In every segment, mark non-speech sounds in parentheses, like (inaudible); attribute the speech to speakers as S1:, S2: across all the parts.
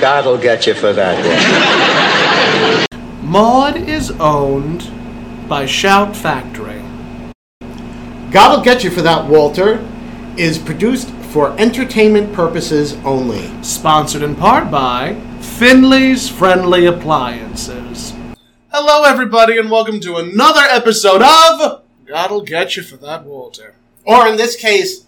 S1: God will get you for that one.
S2: Maud is owned by Shout Factory.
S3: God'll Get You for That, Walter, is produced for entertainment purposes only.
S2: Sponsored in part by Finley's Friendly Appliances. Hello, everybody, and welcome to another episode of God'll Get You for That Walter.
S3: Or in this case,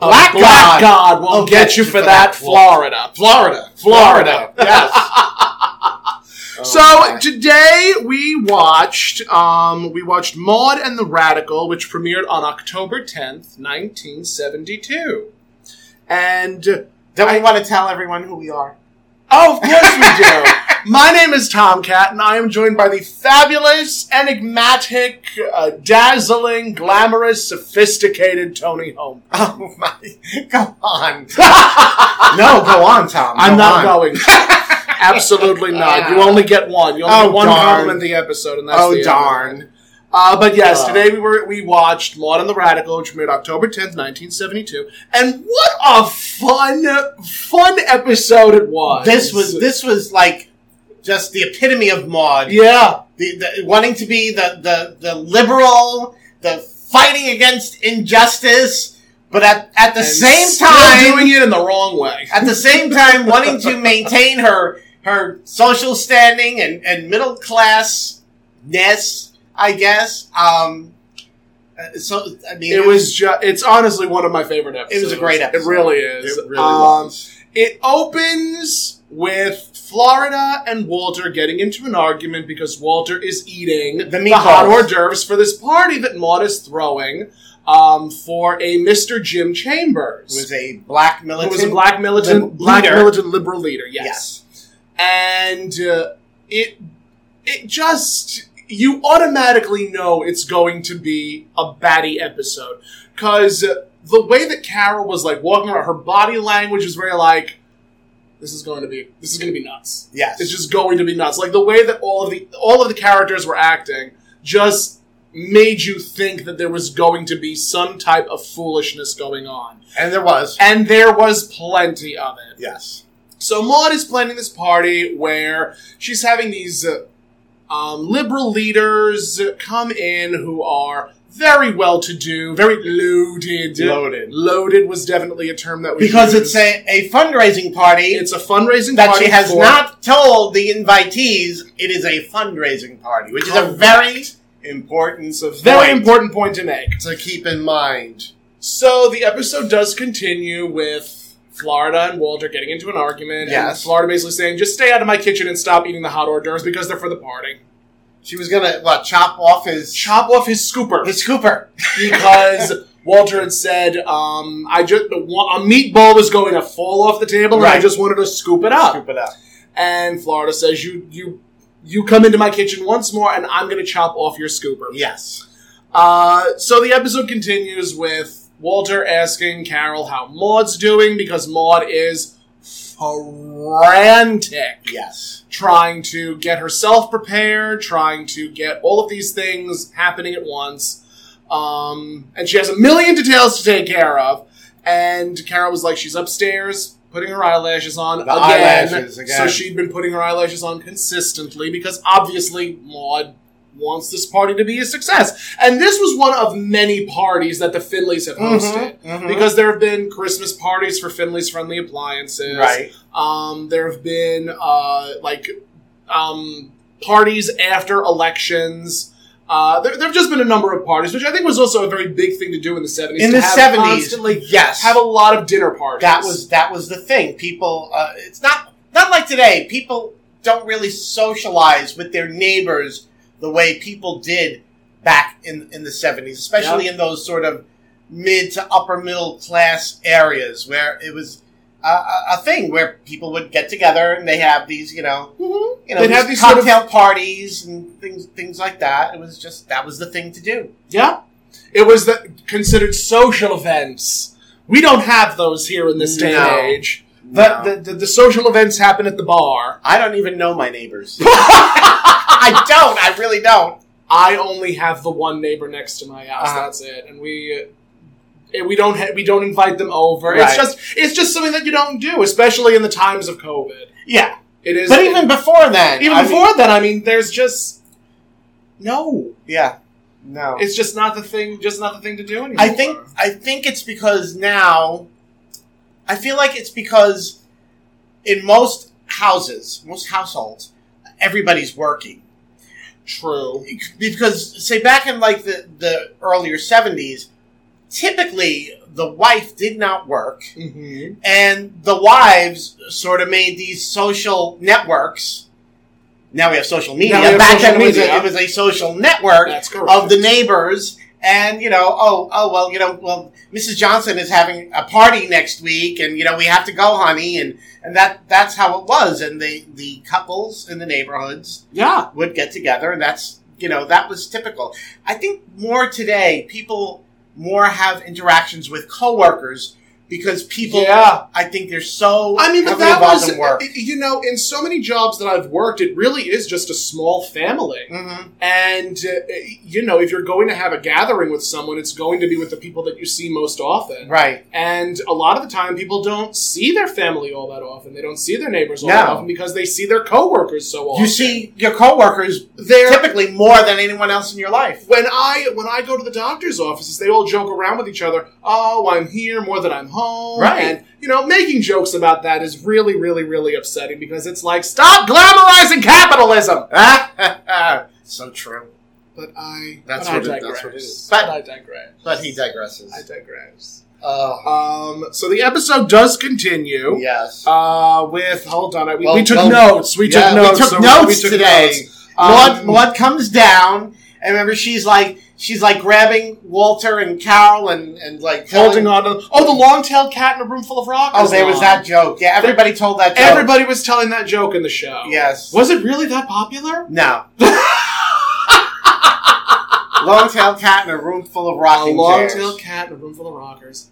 S2: A
S3: Black God
S2: will get you for that,
S3: Walter.
S2: Florida. Florida. Florida.
S3: Florida. Yes.
S2: (laughs) so today we watched um, we watched Maud and the Radical, which premiered on October 10th, 1972. And
S3: Don't we want to tell everyone who we are? (laughs)
S2: Oh, of course we do. (laughs) My name is Tomcat, and I am joined by the fabulous, enigmatic, uh, dazzling, glamorous, sophisticated Tony (laughs) Holm.
S3: Oh my! (laughs) Go on. no, go on, Tom.
S2: I'm
S3: Go
S2: not
S3: on.
S2: going.
S3: (laughs)
S2: Absolutely not. You only get one. You only
S3: Oh,
S2: get one
S3: darn.
S2: compliment the episode, and that's the
S3: Oh
S2: end.
S3: darn!
S2: Uh, but yes,
S3: Ugh.
S2: today we were we watched Maud and the Radical, which premiered October 10th, 1972, and what a fun, fun episode it was.
S3: This was this was like just the epitome of Maud.
S2: yeah.
S3: The, the, wanting to be the, the the liberal, the fighting against injustice, but at at the
S2: And
S3: same
S2: still
S3: time
S2: doing it in the wrong way.
S3: at the same time wanting
S2: (laughs)
S3: to maintain her her social standing and, and middle classness, I guess. Um, uh, so I mean,
S2: It was just, it's honestly one of my favorite episodes.
S3: It was a great episode.
S2: It really is.
S3: It really
S2: Um,
S3: was.
S2: It opens with Florida and Walter getting into an argument because Walter is eating
S3: The
S2: hot
S3: meatballs.
S2: hors d'oeuvres for this party that Maud is throwing um, for a Mr. Jim
S3: It was
S2: Chambers,
S3: a black
S2: who
S3: militant.
S2: was a black militant,
S3: lib-
S2: black
S3: leader.
S2: militant liberal leader. Yes
S3: Yes.
S2: and uh, it it just you automatically know it's going to be a batty episode because the way that Carol was like walking around, her body language is very like this is going to be this is going to be nuts.
S3: Yes.
S2: It's just going to be nuts. Like the way that all of the all of the characters were acting just made you think that there was going to be some type of foolishness going on.
S3: and there was.
S2: And there was plenty of it.
S3: Yes.
S2: So Maud is planning this party where she's having these uh, um, liberal leaders come in who are very well to do, very loaded.
S3: Loaded.
S2: Loaded was definitely a term that we
S3: Because
S2: used.
S3: it's a, a fundraising party
S2: it's a fundraising
S3: that
S2: party
S3: she has
S2: for-
S3: not told the invitees it is a fundraising party, which is a very important,
S2: Very
S3: point
S2: important point to make.
S3: to keep in mind.
S2: So the episode does continue with Florida and Walter getting into an argument. And
S3: Yes.
S2: Florida basically saying, just stay out of my kitchen and stop eating the hot hors d'oeuvres because they're for the party.
S3: She was gonna what chop off his
S2: Chop off his scooper.
S3: his scooper.
S2: because Walter had said, um, "I just a meatball was going to fall off the table, and I
S3: Right.
S2: just wanted to scoop (laughs) it up."
S3: Scoop it up.
S2: And Florida says, "You you you come into my kitchen once more, and I'm going to chop off your scooper."
S3: Yes.
S2: Uh, so the episode continues with Walter asking Carol how Maud's doing because Maud is frantic
S3: Yes.
S2: trying to get herself prepared, trying to get all of these things happening at once. Um, and she has a million details to take care of. And Carol was like, she's upstairs putting her eyelashes on
S3: The
S2: again.
S3: eyelashes again.
S2: So she'd been putting her eyelashes on consistently because obviously Maud wants this party to be a success. And this was one of many parties that the Finleys have
S3: Mm-hmm.
S2: hosted. Because there have been Christmas parties for Finley's Friendly Appliances.
S3: right.
S2: Um, there have been uh, like um, parties after elections. Uh, there, there have just been a number of parties, which I think was also a very big thing to do in the seventies.
S3: In the seventies.
S2: constantly
S3: Yes.
S2: have a lot of dinner parties.
S3: that was that was the thing. People. Uh, it's not not like today. People don't really socialize with their neighbors the way people did back in in the seventies, especially in those sort of mid to upper middle class areas where it was. A, a, a thing where people would get together and they have these, you know,
S2: Mhm.
S3: you know,
S2: They'd
S3: these
S2: have these sort of-
S3: cocktail parties and things, things like that. It was just that was the thing to do.
S2: yeah. It was the, considered social events. We don't have those here in this day
S3: No.
S2: and age. The, the, the, the social events happen at the bar.
S3: I don't even know my (laughs) neighbors. I don't. I really don't.
S2: I only have the one neighbor next to my house.
S3: Uh-huh.
S2: That's it. And we, and we don't ha- we don't invite them over. It's
S3: Right.
S2: just it's just something that you don't do, especially in the times of COVID.
S3: Yeah,
S2: It is,
S3: but even before then,
S2: even
S3: I mean-
S2: before then, I mean, there's just no.
S3: yeah, no,
S2: It's just not the thing. Just not the thing to do anymore.
S3: I think I think it's because now I feel like it's because in most houses, most households, everybody's working.
S2: true.
S3: Because say back in like the, the earlier seventies, typically the wife did not work
S2: Mm-hmm.
S3: and the wives sort of made these social networks. Now we have social media.
S2: we have
S3: Back
S2: social
S3: then it was, a,
S2: media.
S3: it was a social network
S2: That's correct.
S3: of the neighbors and you know oh oh well you know well mrs johnson is having a party next week and you know we have to go honey and and that that's how it was and the the couples in the neighborhoods
S2: yeah,
S3: would get together and that's you know that was typical i think more today people more have interactions with coworkers because people
S2: Yeah.
S3: i think they're so
S2: I mean, but
S3: heavily
S2: that
S3: involved
S2: was eh,
S3: in work
S2: you know, in so many jobs that I've worked, it really is just a small family.
S3: hmm
S2: And, uh, you know, if you're going to have a gathering with someone, it's going to be with the people that you see most often.
S3: right
S2: And a lot of the time, people don't see their family all that often. They don't see their neighbors all
S3: No.
S2: that often because they see their coworkers so often.
S3: you see your coworkers
S2: they're.
S3: typically more than anyone else in your life (laughs)
S2: when I when I go to the doctor's offices, they all joke around with each other. Oh, I'm here more than I'm home,
S3: Right.
S2: And you know, making jokes about that is really, really, really upsetting because it's like, stop glamorizing capitalism.
S3: so true.
S2: But I
S3: That's
S2: but I
S3: what it- that's
S2: digress.
S3: what it is.
S2: But I digress.
S3: But he digresses.
S2: I digress.
S3: Oh,
S2: Um, so the episode does continue.
S3: yes.
S2: Uh, with hold on, I- we,
S3: Well,
S2: we took
S3: well,
S2: notes. We
S3: Yeah,
S2: took notes.
S3: We took
S2: so
S3: notes
S2: we took
S3: today.
S2: notes.
S3: Maud,
S2: Um,
S3: Maud comes down, and remember, she's like, she's like grabbing Walter and Carol, and and like
S2: Holding
S3: telling-
S2: on to oh the long-tailed cat in a room full of rockers.
S3: Oh, there was
S2: line.
S3: that joke. Yeah, everybody told that joke.
S2: Everybody was telling that joke in the show.
S3: Yes.
S2: Was it really that popular?
S3: (laughs) No. Long-tailed cat in a room full of
S2: A
S3: rocking chairs.
S2: long-tailed cat in a room full of rockers.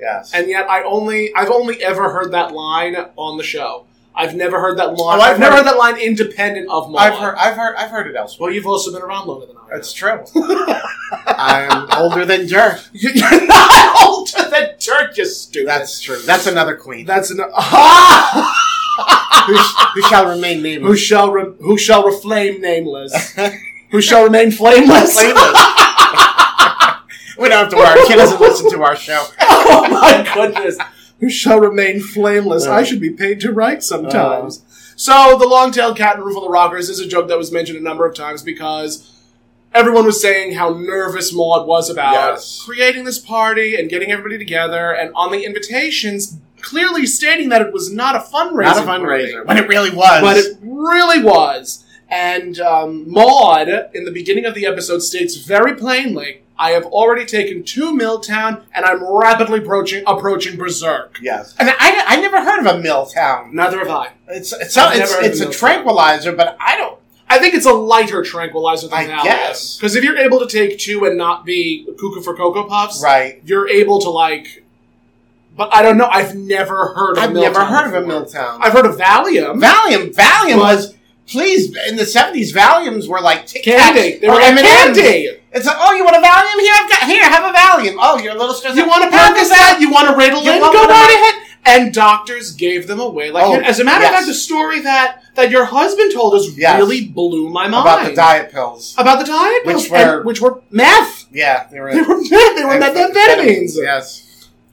S3: Yes.
S2: And yet, I only I've only ever heard that line on the show. I've never heard that line.
S3: Oh,
S2: I've,
S3: I've
S2: never
S3: heard-
S2: heard that line independent of Maud.
S3: I've heard. I've heard. I've heard it elsewhere.
S2: Well, you've also been around longer than I. have.
S3: That's (laughs) true. I'm older than Dirk.
S2: (laughs) You're not older than Dirk, you stupid.
S3: That's true. That's another queen
S2: That's an (laughs) ah!
S3: who, sh- who shall remain
S2: who
S3: nameless.
S2: shall re- who shall reflame
S3: (laughs)
S2: nameless, who shall remain flameless.
S3: we don't have to worry. Kid doesn't listen to our show.
S2: (laughs) oh my goodness, who shall remain flameless.
S3: Uh.
S2: I should be paid to write sometimes. so the long-tailed cat in Roof of the Rockers is a joke that was mentioned a number of times because. Everyone was saying how nervous Maud was about
S3: Yes.
S2: creating this party and getting everybody together, and on the invitations, clearly stating that it was not a fundraiser.
S3: Not a
S2: party.
S3: fundraiser, but it really was.
S2: but it really was. And um, Maud, in the beginning of the episode, states very plainly, "I have already taken two Milltown, and I'm rapidly approaching approaching Berserk."
S3: yes, and I, I never heard of a mill town.
S2: Neither have I.
S3: It's it's so-
S2: I've
S3: it's,
S2: never heard of
S3: it's
S2: a
S3: a
S2: mill town.
S3: tranquilizer, but I don't.
S2: I think it's a lighter tranquilizer than
S3: I
S2: Valium.
S3: guess.
S2: because if you're able to take two and not be cuckoo for cocoa puffs,
S3: Right.
S2: you're able to like. But I don't know. I've never heard of.
S3: I've
S2: Milltown
S3: never heard of a
S2: before.
S3: mill town.
S2: I've heard of Valium.
S3: Valium. Valium
S2: But-
S3: was. Please, in the seventies, Valiums were like Tic Tacs
S2: Candy. They
S3: or
S2: were like
S3: M&Ms.
S2: candy.
S3: It's like, oh, you want a Valium? Here, I've got here. Have a Valium. Oh, you're a little stressed.
S2: You
S3: out.
S2: want to
S3: Have
S2: practice
S3: a Valium.
S2: that? You want to riddle
S3: You
S2: it?
S3: want
S2: Go
S3: one of
S2: right
S3: those?
S2: ahead. And doctors gave them away. Like,
S3: Oh,
S2: as a matter of
S3: yes.
S2: fact, the story that that your husband told us
S3: Yes.
S2: really blew my mind
S3: about the diet pills?
S2: About the diet
S3: Which
S2: pills,
S3: were-
S2: and- which were meth.
S3: Yeah, they were.
S2: They were meth. They were methamphetamines.
S3: Yes.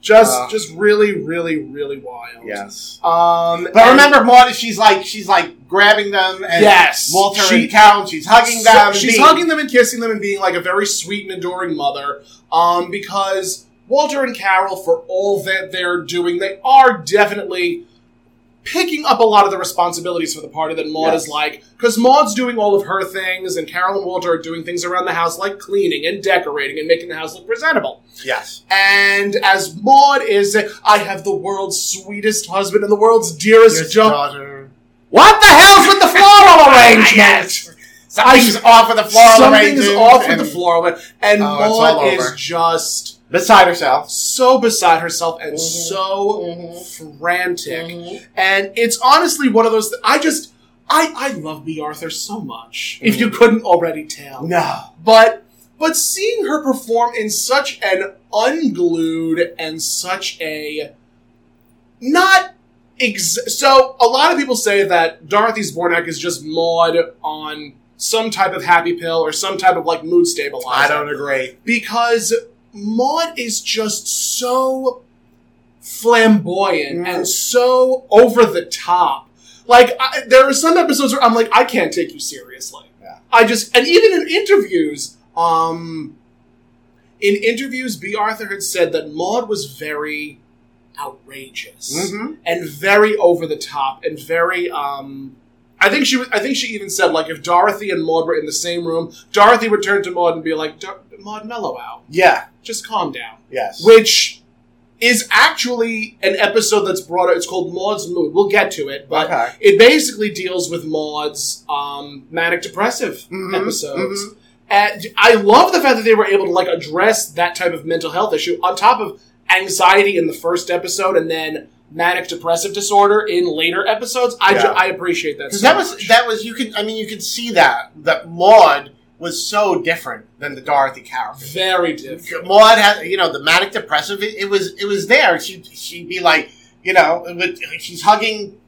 S2: Just,
S3: Uh.
S2: just really, really, really wild.
S3: Yes.
S2: Um,
S3: But
S2: and-
S3: remember, Maud, she's like she's like grabbing them and
S2: Yes.
S3: Walter
S2: She-
S3: and Carol. She's hugging
S2: So-
S3: them. and
S2: she's
S3: being-
S2: hugging them and kissing them and being like a very sweet and adoring mother. Um, because Walter and Carol, for all that they're doing, they are definitely picking up a lot of the responsibilities for the party that Maud
S3: Yes.
S2: is like. Because Maud's doing all of her things, and Carol and Walter are doing things around the house like cleaning and decorating and making the house look presentable.
S3: Yes.
S2: And as Maud is, I have the world's sweetest husband and the world's dearest
S3: Your
S2: job.
S3: daughter.
S2: What the hell's with the
S3: (laughs)
S2: floral arrangement?
S3: Something's off with the floral
S2: Something's
S3: arrangement
S2: off with
S3: and
S2: the floral arrangement. And
S3: Oh, it's all
S2: Maud
S3: over.
S2: is just
S3: Beside herself.
S2: so beside herself and
S3: Mhm.
S2: so
S3: Mhm.
S2: frantic.
S3: Mm-hmm.
S2: And it's honestly one of those. Th- I just,
S3: Mm-hmm.
S2: I, I love B. Arthur so much. If you couldn't already tell,
S3: No.
S2: but But seeing her perform in such an unglued and such a not ex- so a lot of people say that Dorothy Zbornak is just Maud on some type of happy pill or some type of like mood stabilizer
S3: I don't agree.
S2: because Maud is just so flamboyant
S3: Mm.
S2: and so over the top. Like I, there are some episodes where I'm like, I can't take you seriously.
S3: Yeah.
S2: I just and even in interviews, um, in interviews, B. Arthur had said that Maud was very outrageous
S3: Mm-hmm.
S2: and very over the top and very um I think she was, I think she even said like if Dorothy and Maud were in the same room, Dorothy would turn to Maud and be like, "Dor- "Maud, mellow out.
S3: Yeah.
S2: Just calm down."
S3: Yes.
S2: Which is actually an episode that's brought up. It's called Maud's Mood. We'll get to it, but
S3: okay.
S2: it basically deals with Maud's um, manic depressive
S3: Mhm,
S2: episodes. And I love the fact that they were able to like address that type of mental health issue on top of anxiety in the first episode and then manic depressive disorder in later episodes. I, ju-
S3: Yeah.
S2: I appreciate that.
S3: Because
S2: So
S3: that was
S2: much.
S3: that was you could I mean you could see that that Maud was so different than the Dorothy character.
S2: very different.
S3: Maud had you know the manic depressive. It, it was it was there. She she'd be like you know it would, she's hugging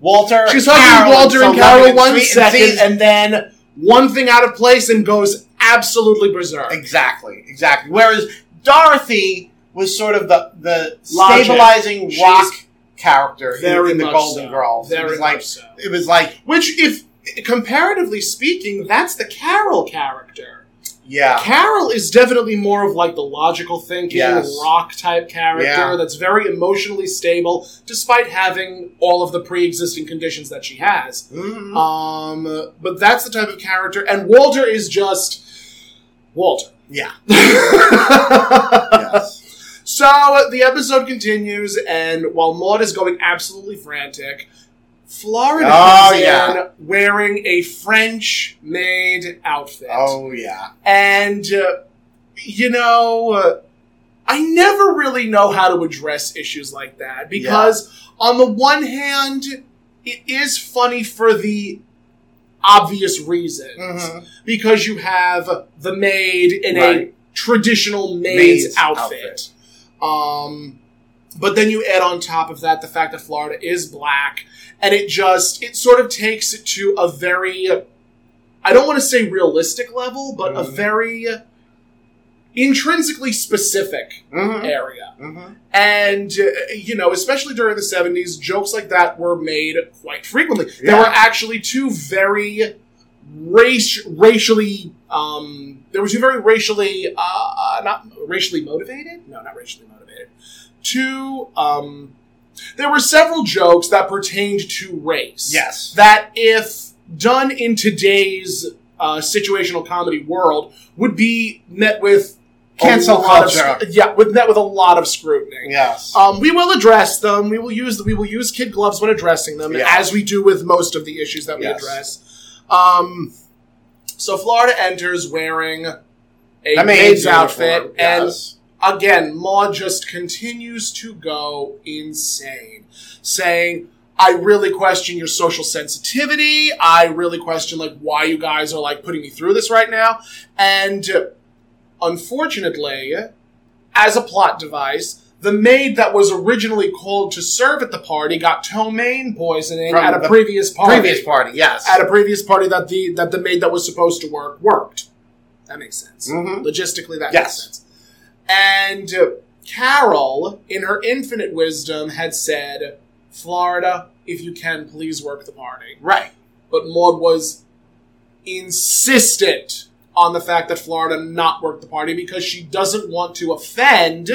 S3: Walter.
S2: She's
S3: and
S2: hugging
S3: Carol,
S2: Walter
S3: so
S2: and
S3: loving
S2: Carol one
S3: sweet
S2: second,
S3: sees-
S2: and then one thing out of place and goes absolutely berserk.
S3: exactly exactly. Whereas Dorothy was sort of the the
S2: Logic.
S3: stabilizing
S2: She's
S3: rock character in-
S2: Very
S3: in, the
S2: much
S3: Golden
S2: so.
S3: Girls.
S2: Very
S3: it was
S2: much
S3: like
S2: so.
S3: it was like
S2: Which, if comparatively speaking, that's the Carol character.
S3: yeah
S2: Carol is definitely more of like the logical thinking,
S3: Yes.
S2: rock type character
S3: Yeah.
S2: that's very emotionally stable, despite having all of the pre existing conditions that she has.
S3: Mhm.
S2: Um, but that's the type of character, and Walter is just Walter. (laughs)
S3: yeah yes.
S2: So the episode continues, and while Maud is going absolutely frantic, Florida
S3: Oh,
S2: comes
S3: yeah.
S2: in wearing a French made outfit.
S3: oh yeah.
S2: And, uh, you know, uh, I never really know how to address issues like that because, on the one hand, it is funny for the obvious reasons
S3: Mhm.
S2: because you have the maid in
S3: Right.
S2: a traditional maid's,
S3: Maid's
S2: outfit. Um, but then you add on top of that the fact that Florida is black, and it just it sort of takes it to a very I don't want to say realistic level, but a
S3: Mhm.
S2: very intrinsically specific
S3: Mhm.
S2: area.
S3: Mhm.
S2: And uh, you know, especially during the 70s, jokes like that were made quite frequently. There
S3: Yeah.
S2: were actually two very race racially um there were two very racially uh, uh not racially motivated? No, not racially motivated. Two um there were several jokes that pertained to race
S3: Yes.
S2: that if done in today's uh, situational comedy world would be met with a
S3: Cancel
S2: lot of
S3: culture.
S2: sc- yeah, with met with a lot of scrutiny.
S3: Yes.
S2: Um, we will address them. We will use we will use kid gloves when addressing them,
S3: Yeah.
S2: as we do with most of the issues that we
S3: Yes.
S2: address. Um, so Florida enters wearing a
S3: That made
S2: maid's
S3: it
S2: outfit,
S3: uniform,
S2: and
S3: yes.
S2: again, Maud just continues to go insane, saying, I really question your social sensitivity. I really question like why you guys are like putting me through this right now. And uh, unfortunately, as a plot device, the maid that was originally called to serve at the party got ptomaine poisoning
S3: From
S2: at a
S3: the
S2: previous party.
S3: previous party, yes.
S2: at a previous party that the that the maid that was supposed to work worked. That makes sense
S3: Mhm.
S2: logistically that
S3: Yes.
S2: makes sense. And uh, Carol, in her infinite wisdom, had said, "Florida, if you can, please work the party."
S3: Right.
S2: But Maud was insistent on the fact that Florida not work the party because she doesn't want to offend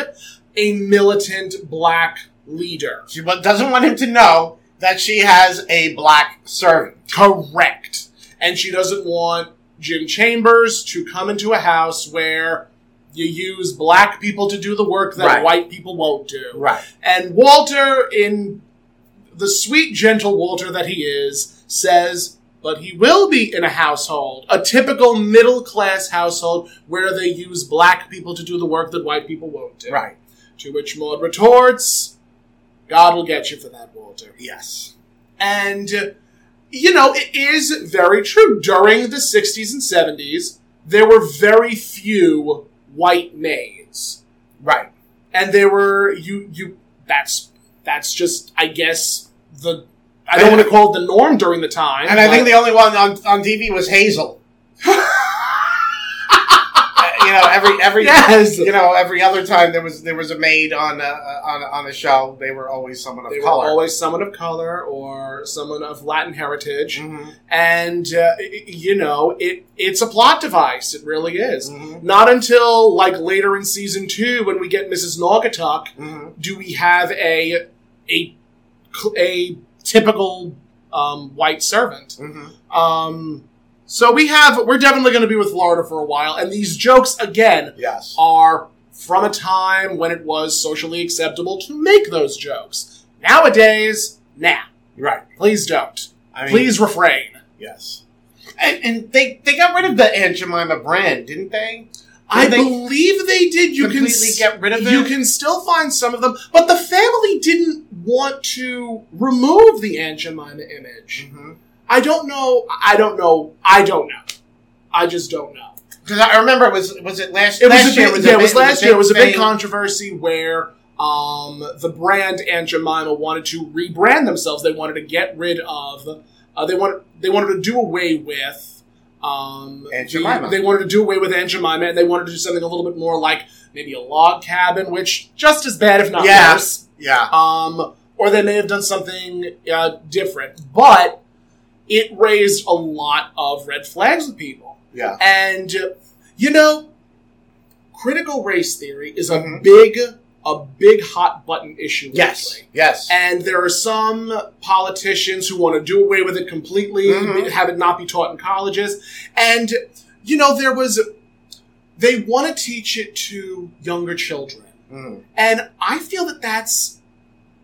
S2: a militant black leader.
S3: She wa- doesn't want him to know that she has a black servant.
S2: Correct. And she doesn't want Jim Chambers to come into a house where you use black people to do the work that
S3: Right.
S2: white people won't do.
S3: Right.
S2: And Walter, in the sweet, gentle Walter that he is, says, but he will be in a household, a typical middle class household where they use black people to do the work that white people won't do.
S3: Right.
S2: To which Maud retorts, God will get you for that, Walter.
S3: Yes.
S2: And, uh, you know, it is very true. During the 60s and 70s, there were very few white maids,
S3: Right.
S2: and there were you you. That's that's just I guess the I
S3: And-
S2: don't want to call it the norm during the time.
S3: And I think
S2: but-
S3: the only one on, on TV
S2: (laughs)
S3: was Hazel. Uh, you know, every every
S2: Yes.
S3: you know every other time there was there was a maid on a, on a, on a show. They were always someone of
S2: they were
S3: color.
S2: always someone of color or someone of Latin heritage,
S3: Mhm,
S2: and uh, y- you know it it's a plot device. It really is.
S3: mhm,
S2: Not until like later in season two, when we get Mrs. Naugatuck,
S3: mhm.
S2: do we have a a a typical um, white servant.
S3: Mhm.
S2: Um, so we have we're definitely going to be with Florida for a while, and these jokes again
S3: Yes.
S2: are from a time when it was socially acceptable to make those jokes. Nowadays, nah,
S3: Right.
S2: please don't.
S3: I mean,
S2: please refrain.
S3: Yes. And, and they they got rid of the Aunt Jemima brand, didn't they?
S2: I
S3: they
S2: believe they did. You can
S3: completely
S2: s-
S3: get rid of it.
S2: You can still find some of them, but the family didn't want to remove the Aunt Jemima image.
S3: Because
S2: I don't know. I don't know. I don't know. I just don't know.
S3: I remember it was was it last
S2: It
S3: last
S2: was, a
S3: year
S2: big, yeah, it was
S3: big-
S2: last year. It was a big
S3: thing.
S2: controversy where um, the brand Aunt Jemima wanted to rebrand themselves. They wanted to get rid of. Uh, they wanted they wanted to do away with. Um,
S3: Aunt
S2: the-
S3: Jemima.
S2: they wanted to do away with Aunt Jemima, and they wanted to do something a little bit more like maybe a log cabin, which just as bad if not
S3: Yeah.
S2: worse
S3: Yeah.
S2: um, or they may have done something uh, different. But it raised a lot of red flags with people,
S3: Yeah.
S2: and uh, you know, critical race theory is a
S3: Mhm.
S2: big, a big hot button issue.
S3: Yes.
S2: lately.
S3: Yes.
S2: And there are some politicians who want to do away with it completely,
S3: Mhm.
S2: have it not be taught in colleges. And, you know, there was, they want to teach it to younger children.
S3: Mhm.
S2: And I feel that that's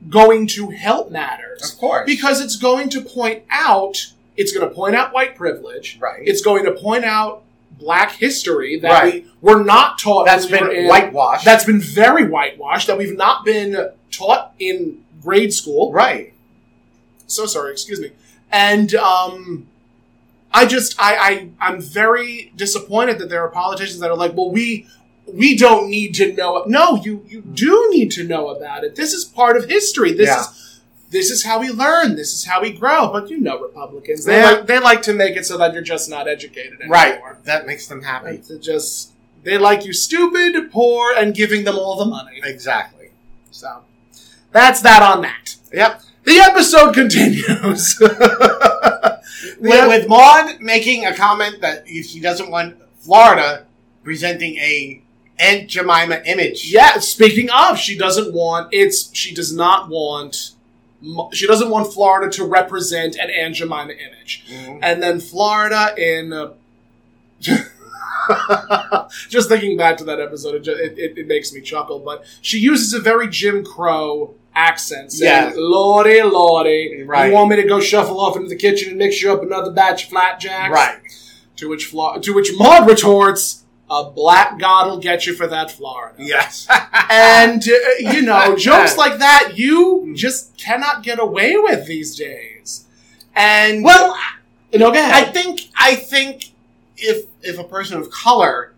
S2: going to help matters
S3: Of course.
S2: because it's going to point out it's going to point out white privilege.
S3: right.
S2: It's going to point out black history that
S3: Right.
S2: we were not taught.
S3: that's
S2: when we were
S3: been
S2: in-
S3: whitewashed.
S2: That's been very whitewashed. That we've not been taught in grade school.
S3: right.
S2: So sorry, excuse me. And um, I just I, I I'm very disappointed that there are politicians that are like, well, we we don't need to know. No, you you do need to know about it. This is part of history. This
S3: Hmm. Yeah.
S2: is this is how we learn. This is how we grow. But you know, Republicans they
S3: Yeah.
S2: like, they like to make it so that you're just not educated anymore.
S3: Right. That makes them happy.
S2: Like, they just they like you stupid, poor, and giving them all the money.
S3: Exactly.
S2: So that's that on that.
S3: Yep.
S2: The episode continues. (laughs)
S3: With, with Maud making a comment that she doesn't want Florida presenting a Aunt Jemima image.
S2: Yeah, speaking of, she doesn't want it's she does not want mo- she doesn't want Florida to represent an Aunt Jemima image.
S3: Mhm.
S2: And then Florida in uh, (laughs) just thinking back to that episode, it, ju- it, it, it makes me chuckle. But she uses a very Jim Crow accent, saying
S3: Yeah.
S2: "Lordy, Lordy,
S3: Right.
S2: you want me to go shuffle off into the kitchen and mix you up another batch of flapjacks?"
S3: Right.
S2: To which Flo- to which Maud retorts, "A black god'll get you for that, Florida."
S3: Yes.
S2: And, uh, you
S3: (laughs)
S2: know, jokes like that
S3: Mm.
S2: you just cannot get away with these days. And,
S3: well,
S2: no, go (laughs)
S3: I
S2: ahead.
S3: think I think if if a person of color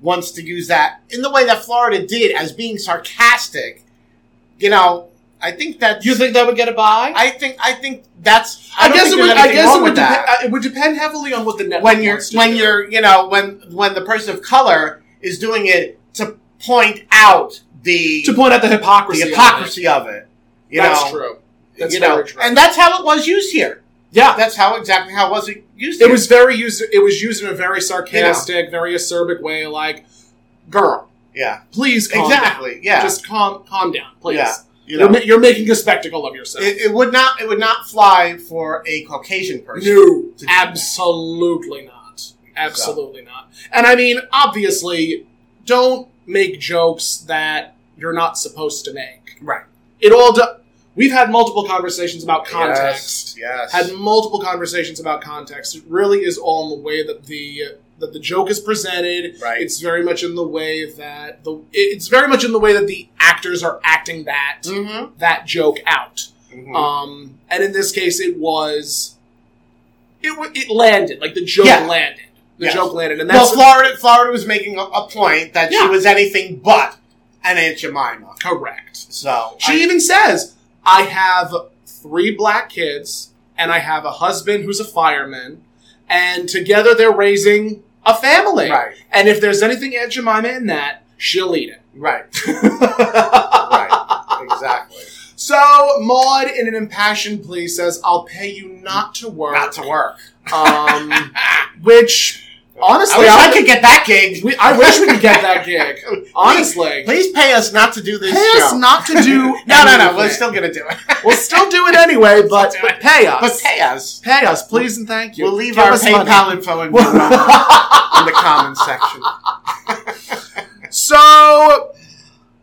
S3: wants to use that in the way that Florida did as being sarcastic, you know, I think that
S2: you think that would get a buy?
S3: I think I think that's
S2: I,
S3: don't
S2: guess it
S3: think
S2: would.
S3: there's
S2: I
S3: anything
S2: guess
S3: wrong
S2: it
S3: with
S2: would.
S3: that.
S2: Depe- uh, it would depend heavily on what the network
S3: when you're
S2: wants to
S3: when
S2: do.
S3: you're you know when when the person of color is doing it to point out the
S2: to point out the
S3: the
S2: hypocrisy. of it.
S3: hypocrisy of it. You
S2: That's
S3: know,
S2: true. That's
S3: you
S2: very
S3: know,
S2: true.
S3: and that's how it was used here.
S2: yeah,
S3: That's how exactly how it was used.
S2: it
S3: here.
S2: was very used. It was used in a very sarcastic, very acerbic way. Like, girl,
S3: yeah,
S2: please calm
S3: exactly.
S2: down.
S3: Yeah,
S2: Just calm, calm down, please.
S3: Yeah, you
S2: You are
S3: know,
S2: ma- you're making a spectacle of yourself.
S3: it, it would not it would not fly for a Caucasian person.
S2: No,
S3: to do that.
S2: absolutely not. Absolutely not. And I mean, obviously, don't make jokes that you're not supposed to make.
S3: Right.
S2: It all. Do- We've had multiple conversations about context.
S3: Yes.
S2: Had multiple conversations about context. It really is all in the way that the that the joke is presented.
S3: Right.
S2: It's very much in the way that the it's very much in the way that the actors are acting that
S3: Mhm,
S2: that joke out.
S3: mhm.
S2: Um, and in this case, it was it wa- it landed like the joke
S3: Yeah.
S2: landed. the
S3: Yes.
S2: joke landed, and
S3: Well,
S2: that's
S3: Florida, Florida was making a, a point that she
S2: Yeah.
S3: was anything but an Aunt Jemima.
S2: correct.
S3: So
S2: She
S3: I-
S2: even says, I have three black kids, and I have a husband who's a fireman, and together they're raising a family.
S3: Right.
S2: And if there's anything Aunt Jemima in that, she'll eat it. (laughs)
S3: right, right, exactly.
S2: So Maud, in an impassioned plea, says, I'll pay you not to work.
S3: Not to work.
S2: Um, which,
S3: I
S2: honestly,
S3: wish
S2: I,
S3: I could get that gig.
S2: we, I wish we could get
S3: (laughs)
S2: that gig. Honestly.
S3: Please pay us not to do this.
S2: Pay us
S3: show.
S2: not
S3: (laughs)
S2: to do.
S3: No, no, no.
S2: anything.
S3: We're still gonna do it.
S2: We'll still do it anyway, but, but pay us.
S3: But pay us.
S2: Pay us, please and thank you.
S3: We'll leave
S2: Give
S3: our
S2: us
S3: PayPal
S2: money. (laughs)
S3: info in, in the comment section.
S2: So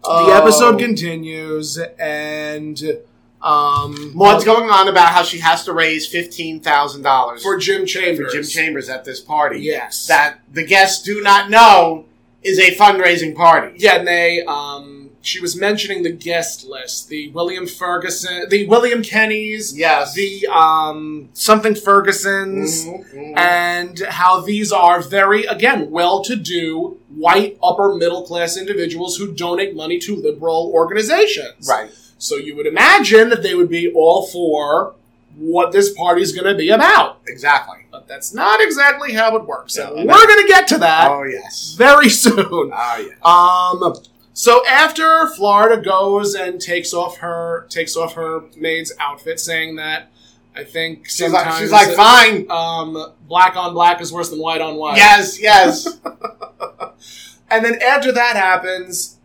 S2: the
S3: Oh.
S2: episode continues, and um,
S3: Maud's going on about how she has to raise fifteen thousand dollars
S2: for Jim Chambers.
S3: Jim Chambers at this party.
S2: Yes.
S3: That the guests do not know is a fundraising party.
S2: yeah, and they. Um, she was mentioning the guest list: the William Ferguson, the William Kennys,
S3: Yes.
S2: the um, something Fergusons.
S3: Mhm, mhm.
S2: and how these are very, again, well to do white upper middle class individuals who donate money to liberal organizations.
S3: right.
S2: So you would imagine that they would be all for what this party's going to be about.
S3: Exactly.
S2: But that's not exactly how it works.
S3: No,
S2: And
S3: no.
S2: we're going to get to that
S3: Oh yes.
S2: very (laughs) soon.
S3: Oh yeah.
S2: Um, so after Florida goes and takes off her takes off her maid's outfit, saying that I think
S3: She's like, she's
S2: sometimes-
S3: like fine.
S2: um, black on black is worse than white on white.
S3: Yes, (laughs) yes,
S2: And then after that happens,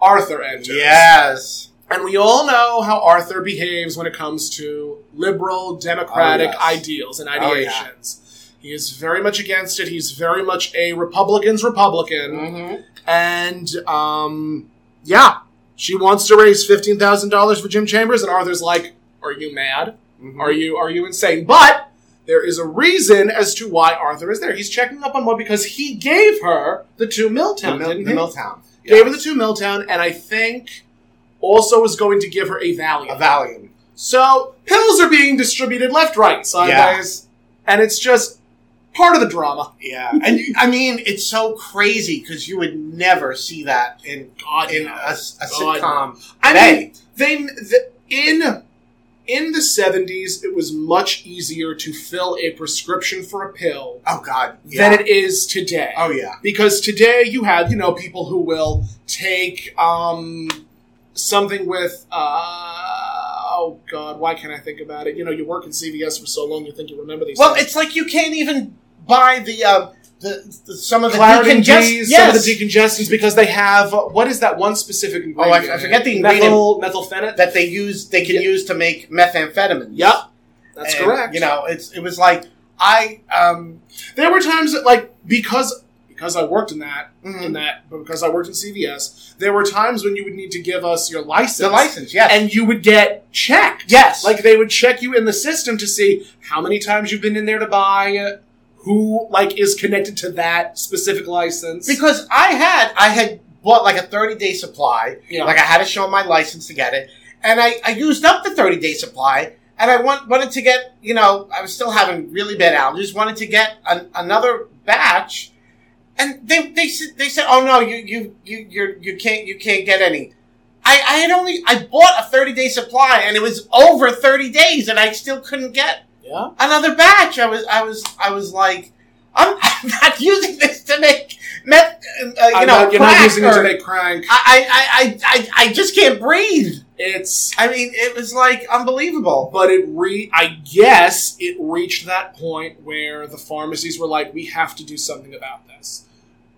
S2: Arthur enters.
S3: yes.
S2: And we all know how Arthur behaves when it comes to liberal democratic
S3: Oh, yes.
S2: ideals and
S3: Oh, yeah.
S2: ideations. He is very much against it. He's very much a Republican's Republican.
S3: Mhm.
S2: And um, yeah, she wants to raise fifteen thousand dollars for Jim Chambers, and Arthur's like, "Are you mad?
S3: Mhm.
S2: Are you are you insane?" But there is a reason as to why Arthur is there. He's checking up on Maud because he gave her the two
S3: The
S2: Milltown,
S3: Mil-
S2: didn't
S3: Mm-hmm. the
S2: he?
S3: Milltown.
S2: Gave her the two Milltown, and I think also is going to give her a
S3: A
S2: Valium.
S3: Valium.
S2: so pills are being distributed left, right, sideways, and it's just part of the drama.
S3: Yeah, and you- I mean it's so crazy because you would never see that in
S2: God,
S3: in a, s- a
S2: God,
S3: sitcom.
S2: I
S3: today.
S2: mean, they the, in in the seventies, it was much easier to fill a prescription for a pill
S3: oh God,
S2: than it is today.
S3: oh yeah,
S2: Because today you have you know people who will take um, something with uh, oh god, why can't I think about it? You know, you work in CVS for so long, you think you remember these.
S3: Well,
S2: things.
S3: it's like you can't even buy the uh, the, the some of the
S2: Claritin
S3: decongest-
S2: Gs,
S3: yes.
S2: some
S3: Oh,
S2: of the decongestants, because they have what is that one specific
S3: I- I
S2: ingredient?
S3: forget the
S2: methyl methylphenate.
S3: that they use they can
S2: Yeah.
S3: use to make methamphetamine.
S2: yep, that's
S3: And,
S2: correct.
S3: You know, it's it was like I um
S2: There were times that, like, because because I worked in that in
S3: mhm,
S2: Mm-hmm. that because I worked in CVS, there were times when you would need to give us your license,
S3: the license, yes,
S2: and you would get checked.
S3: yes,
S2: Like they would check you in the system to see how many times you've been in there to buy, who like is connected to that specific license.
S3: because I had I had bought like a thirty day supply.
S2: yeah.
S3: Like I had to show my license to get it, and I, I used up the thirty day supply, and I want, wanted to get you know I was still having really bad allergies, wanted to get an, another batch, and they they said they said oh no you you you you're, you can't you can't get any. I, I had only I bought a thirty day supply and it was over thirty days and I still couldn't get
S2: yeah.
S3: another batch. I was I was I was like I'm, (laughs) I'm not using this to make meth. Uh, you
S2: I'm
S3: know
S2: not, you're not
S3: crack
S2: using it to
S3: or-
S2: make crank.
S3: I, I, I, I, I just can't breathe.
S2: It's
S3: I mean, it was like unbelievable.
S2: but it re I guess it reached that point where the pharmacies were like, we have to do something about this.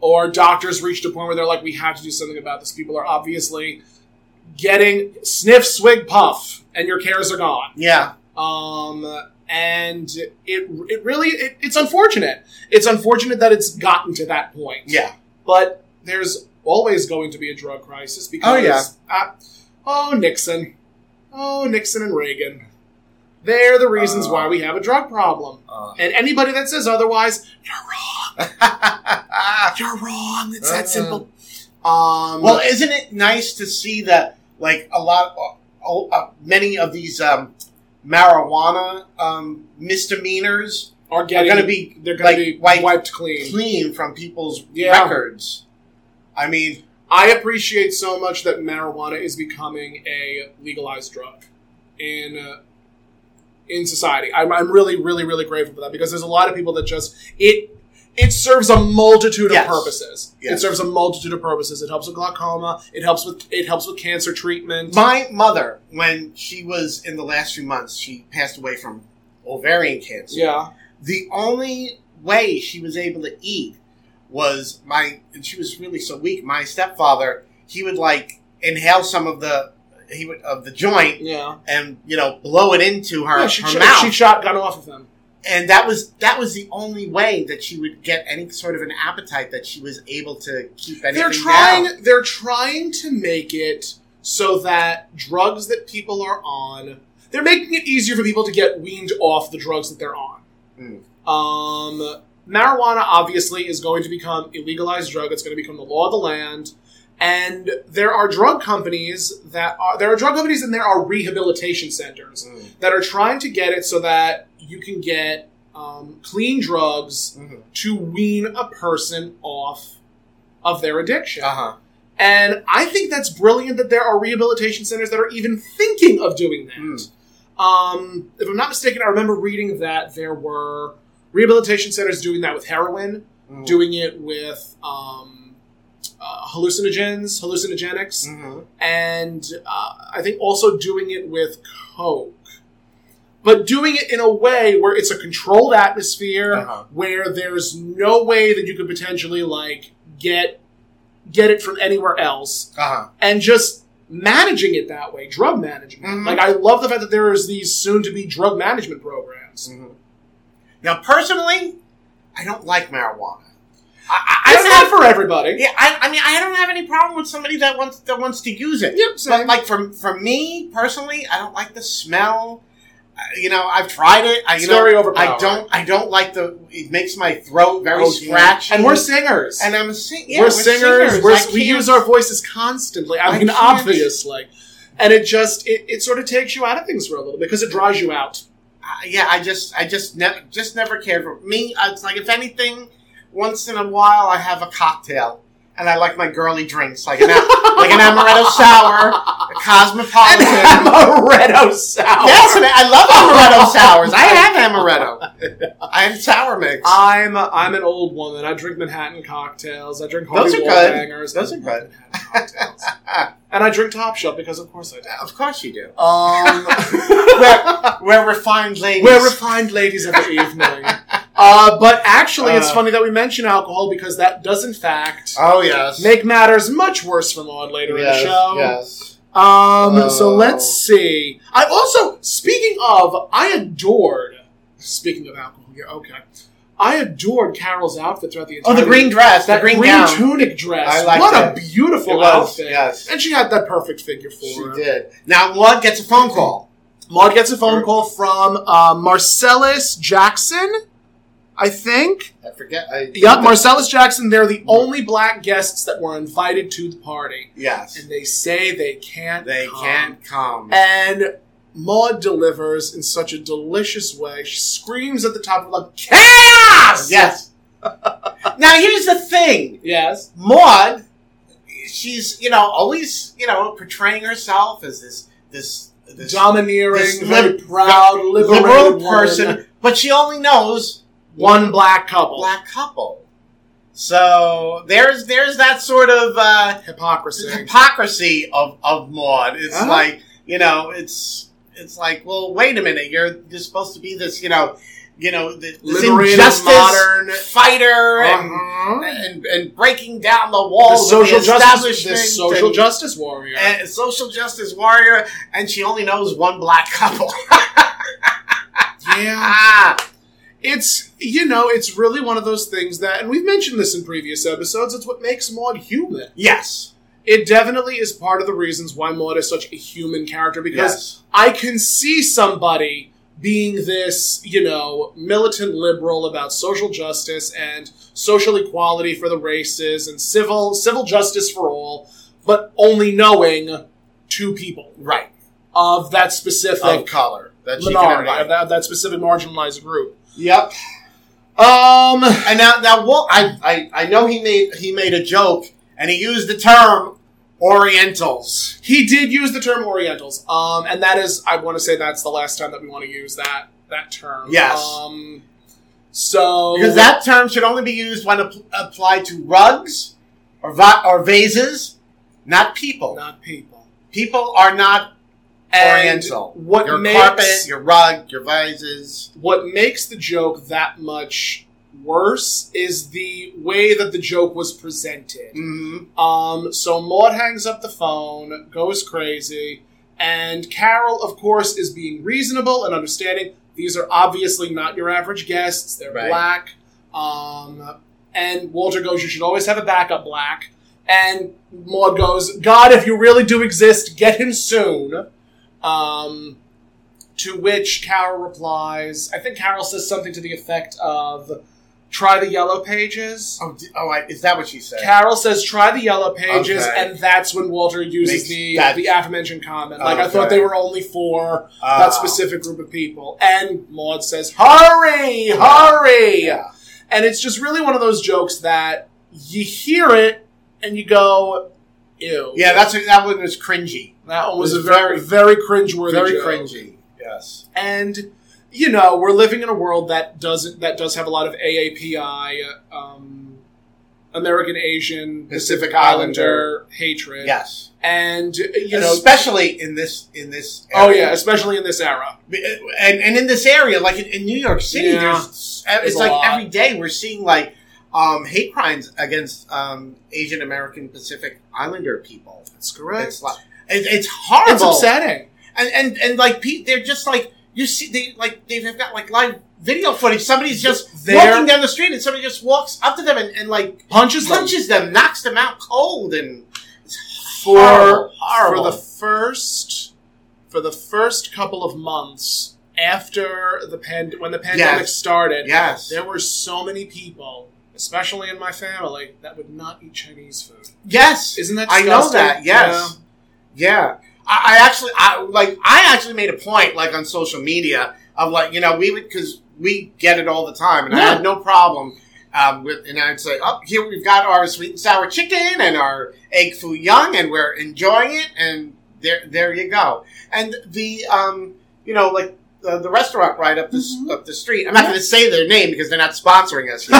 S2: Or doctors reached a point where they're like, we have to do something about this. People are obviously getting sniff, swig, puff, and your cares are gone.
S3: Yeah.
S2: Um, and it it really it, it's unfortunate. It's unfortunate that it's gotten to that point.
S3: Yeah.
S2: but there's always going to be a drug crisis because
S3: Oh, yeah.
S2: uh, oh Nixon, oh Nixon and Reagan, they're the reasons
S3: Uh.
S2: why we have a drug problem. And anybody that says otherwise, you're wrong. It's
S3: Uh.
S2: that simple. Um,
S3: (laughs) well, isn't it nice to see that, like, a lot, uh, uh, many of these um, marijuana um, misdemeanors
S2: are
S3: are
S2: getting
S3: going to be
S2: they're going
S3: like,
S2: to be
S3: wiped
S2: wiped clean.
S3: clean from people's
S2: Yeah.
S3: records. I mean,
S2: I appreciate so much that marijuana is becoming a legalized drug in uh, in society. I'm, I'm really, really, really grateful for that because there's a lot of people that just it it serves a multitude
S3: Yes.
S2: of purposes. It
S3: Yes.
S2: serves a multitude of purposes. It helps with glaucoma. It helps with it helps with cancer treatment.
S3: My mother, when she was in the last few months, she passed away from ovarian cancer.
S2: yeah,
S3: The only way she was able to eat was my, and she was really so weak. My stepfather, he would like inhale some of the he would of the joint
S2: yeah.
S3: and you know blow it into her,
S2: yeah she,
S3: her
S2: shot-
S3: mouth,
S2: she shotgun off of them.
S3: and that was that was the only way that she would get any sort of an appetite that she was able to keep anything
S2: They're trying.
S3: down.
S2: They're trying to make it so that drugs that people are on, they're making it easier for people to get weaned off the drugs that they're on.
S3: Mm.
S2: Um, marijuana obviously is going to become a legalized drug. It's going to become the law of the land. And there are drug companies that are there are drug companies and there are rehabilitation centers
S3: Mm,
S2: that are trying to get it so that you can get um, clean drugs
S3: mhm.
S2: to wean a person off of their addiction.
S3: Uh-huh.
S2: And I think that's brilliant that there are rehabilitation centers that are even thinking of doing that.
S3: Mm.
S2: Um, if I'm not mistaken, I remember reading that there were rehabilitation centers doing that with heroin,
S3: Mm.
S2: doing it with um, uh, hallucinogens, hallucinogenics,
S3: Mhm.
S2: and uh, I think also doing it with coke. But doing it in a way where it's a controlled atmosphere,
S3: Uh-huh.
S2: where there's no way that you could potentially like get get it from anywhere else
S3: Uh-huh.
S2: and just managing it that way drug management
S3: Mhm.
S2: like i love the fact that there is these soon to be drug management programs
S3: Mm. Now, personally, I don't like marijuana. I, I, I
S2: it's
S3: don't
S2: not
S3: have.
S2: for everybody
S3: Yeah, I, I mean, I don't have any problem with somebody that wants that wants to use it.
S2: yep
S3: But
S2: same.
S3: like for for me personally, I don't like the smell. Uh, you know, I've tried it. I, you
S2: it's
S3: know,
S2: very overpowering
S3: I don't. I don't like the. It makes my throat very
S2: Oh, yeah.
S3: scratchy.
S2: and we're singers
S3: and I'm a sing- yeah,
S2: we're, singers,
S3: I
S2: We're, we
S3: can't-
S2: use our voices constantly i,
S3: I
S2: mean
S3: can't-
S2: obviously and it just it, it sort of takes you out of things for a little bit because it dries you out (laughs)
S3: I- yeah, I just, I just never, just never cared for me. uh, It's like if anything, once in a while I have a cocktail, and I like my girly drinks, like an am- like an amaretto sour,
S2: (laughs)
S3: a
S2: and
S3: cosmopolitan.
S2: amaretto sour
S3: yes, and I love amaretto sours. I have (laughs) amaretto. I have sour mix.
S2: I'm a, I'm an old woman. I drink Manhattan cocktails. I drink Harvey
S3: Those are good.
S2: Wallbangers.
S3: Those
S2: I
S3: are
S2: love
S3: good.
S2: Manhattan cocktails. (laughs) and I drink Top Shelf because, of course, I do. Uh,
S3: of course you do.
S2: Um,
S3: We're, Uh, we're refined ladies.
S2: we're refined ladies of the (laughs) evening. Uh, Uh. but actually, it's
S3: Uh.
S2: funny that we mention alcohol because that does, in fact,
S3: oh yes.
S2: make matters much worse for Maud later
S3: yes,
S2: in the show.
S3: Yes.
S2: Um, so
S3: Oh.
S2: let's see. I also, speaking of, I adored. Speaking of alcohol, yeah, okay. I adored Carol's outfit throughout the entire.
S3: Oh, the green dress.
S2: that
S3: the green,
S2: green,
S3: gown.
S2: tunic dress.
S3: I liked
S2: what
S3: it.
S2: a beautiful
S3: It was,
S2: outfit.
S3: yes.
S2: And she had that perfect figure for
S3: She
S2: her.
S3: did. Now Maud gets a phone call.
S2: Maud gets a phone call from uh, Marcellus Jackson, I think.
S3: I forget. I,
S2: Yep, Marcellus Jackson. They're the
S3: Mm-hmm.
S2: only black guests that were invited to the party.
S3: Yes.
S2: And they say they can't
S3: They
S2: come.
S3: can't come.
S2: And Maud delivers in such a delicious way. She screams at the top of the Cass!
S3: Yes. now here's the thing,
S2: Yes.
S3: Maud. She's you know always you know portraying herself as this this this
S2: Domineering,
S3: This
S2: very
S3: lib-
S2: proud,
S3: liberal
S2: liberated
S3: person,
S2: woman.
S3: but she only knows
S2: one black couple.
S3: black couple. So there's there's that sort of uh,
S2: Hypocrisy.
S3: hypocrisy of of Maud. It's
S2: Huh?
S3: like you know it's it's like well wait a minute you're you're supposed to be this you know you know this, this
S2: Liberated,
S3: injustice
S2: modern-
S3: fighter and
S2: Uh-huh.
S3: Um, and, and breaking down the
S2: The
S3: walls
S2: social
S3: of the
S2: justice,
S3: establishment.
S2: the social
S3: and,
S2: justice warrior.
S3: and social justice warrior, and she only knows one black couple. (laughs)
S2: yeah,
S3: ah,
S2: it's you know, it's really one of those things that, and we've mentioned this in previous episodes. It's what makes Maud human.
S3: yes,
S2: It definitely is part of the reasons why Maud is such a human character because
S3: yes,
S2: I can see somebody being this, you know, militant liberal about social justice and social equality for the races and civil civil justice for all, but only knowing two people
S3: right
S2: of that specific
S3: of color that she can
S2: minority,
S3: invite.
S2: of that, of that specific marginalized group.
S3: Yep,
S2: Um,
S3: And now, now Walt, I, I, I know he made he made a joke, and he used the term Orientals.
S2: he did use the term Orientals. Um, and that is, I want to say that's the last time that we want to use that that term.
S3: Yes.
S2: Um, so
S3: Because that term should only be used when ap- applied to rugs or, va- or vases, not people.
S2: not people.
S3: People are not
S2: And
S3: Oriental.
S2: What
S3: your
S2: makes
S3: carpet, your rug, your vases.
S2: what makes the joke that much worse is the way that the joke was presented.
S3: Mm-hmm.
S2: Um, so Maud hangs up the phone, goes crazy, and Carol, of course, is being reasonable and understanding. These are obviously not your average guests; they're
S3: Right.
S2: black. Um, and Walter goes, "You should always have a backup black." And Maud goes, "God, if you really do exist, get him soon." Um, to which Carol replies, "I think Carol says something to the effect of." Try the yellow pages.
S3: Oh, d- oh I, is that what she said?
S2: Carol says, "Try the yellow pages,"
S3: Okay.
S2: and that's when Walter uses
S3: Makes-
S2: the
S3: that-
S2: the aforementioned comment. Like I
S3: Okay.
S2: thought they were only for
S3: Uh,
S2: that specific group of people, and Maud says, "Hurry, hurry!"
S3: Yeah.
S2: And it's just really one of those jokes that you hear it and you go, "Ew."
S3: Yeah, that's that one was cringy.
S2: that one was
S3: It
S2: a
S3: was
S2: very very cringeworthy,
S3: Very
S2: joke.
S3: cringy. Yes.
S2: and. You know, we're living in a world that doesn't that does have a lot of AAPI, um, American Asian
S3: Pacific
S2: Pacific Islander hatred.
S3: Yes.
S2: and you know,
S3: especially in this in this.
S2: oh yeah, especially in this era.
S3: and and in this area, like in, in New York City,
S2: Yeah.
S3: there's
S2: There's
S3: it's
S2: a
S3: like
S2: lot.
S3: every day we're seeing like um, hate crimes against um, Asian American Pacific Islander people.
S2: That's correct.
S3: It's like it, it's horrible.
S2: It's upsetting.
S3: And and and like pe- they're just like you see they like they've got like live video footage. Somebody's just
S2: They're-
S3: walking down the street and somebody just walks up to them and, and like
S2: Punches, them.
S3: punches them, knocks them out cold, and
S2: for
S3: Horrible, horrible.
S2: for the first for the first couple of months after the pand when the pandemic
S3: Yes.
S2: started.
S3: yes,
S2: There were so many people, especially in my family, that would not eat Chinese food.
S3: yes,
S2: Isn't that
S3: I
S2: disgusting?
S3: know that. Yes, yeah. I, I actually, I like, I actually made a point, like on social media, of like, you know, we would because we get it all the time, and I
S2: Yeah.
S3: had no problem. Um, with, and I'd say, oh, here we've got our sweet and sour chicken and our egg foo young, and we're enjoying it. And there, there you go. And the, um, you know, like the, the restaurant right up this
S2: Mhm.
S3: up the street. I'm not going to say their name because they're not sponsoring us. yet.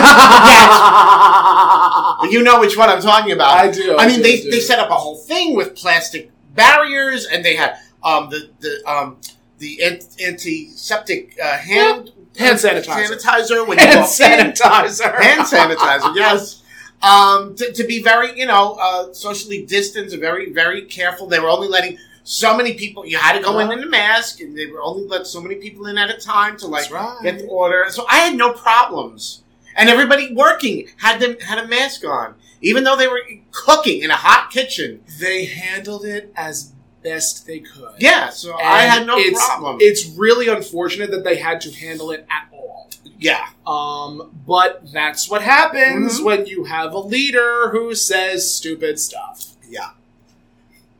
S2: Yeah.
S3: But you know which one I'm talking about.
S2: I do.
S3: I mean,
S2: do,
S3: they,
S2: do.
S3: they set up a whole thing with plastic barriers, and they had um, the the um, the an- antiseptic uh, hand
S2: Hand sanitizer.
S3: sanitizer when you
S2: hand
S3: walk in.
S2: sanitizer.
S3: hand sanitizer. Yes. Um, to, to be very, you know, uh, socially distanced, very, very careful. They were only letting so many people. You had to go in in a mask, and they were only let so many people in at a time to like
S2: That's right.
S3: get the order. So I had no problems, and everybody working had them had a mask on, even though they were cooking in a hot kitchen.
S2: they handled it as best they could.
S3: Yeah, so
S2: And
S3: I had no
S2: it's,
S3: problem.
S2: It's really unfortunate that they had to handle it at all.
S3: yeah,
S2: Um, but that's what happens
S3: Mhm.
S2: when you have a leader who says stupid stuff.
S3: yeah,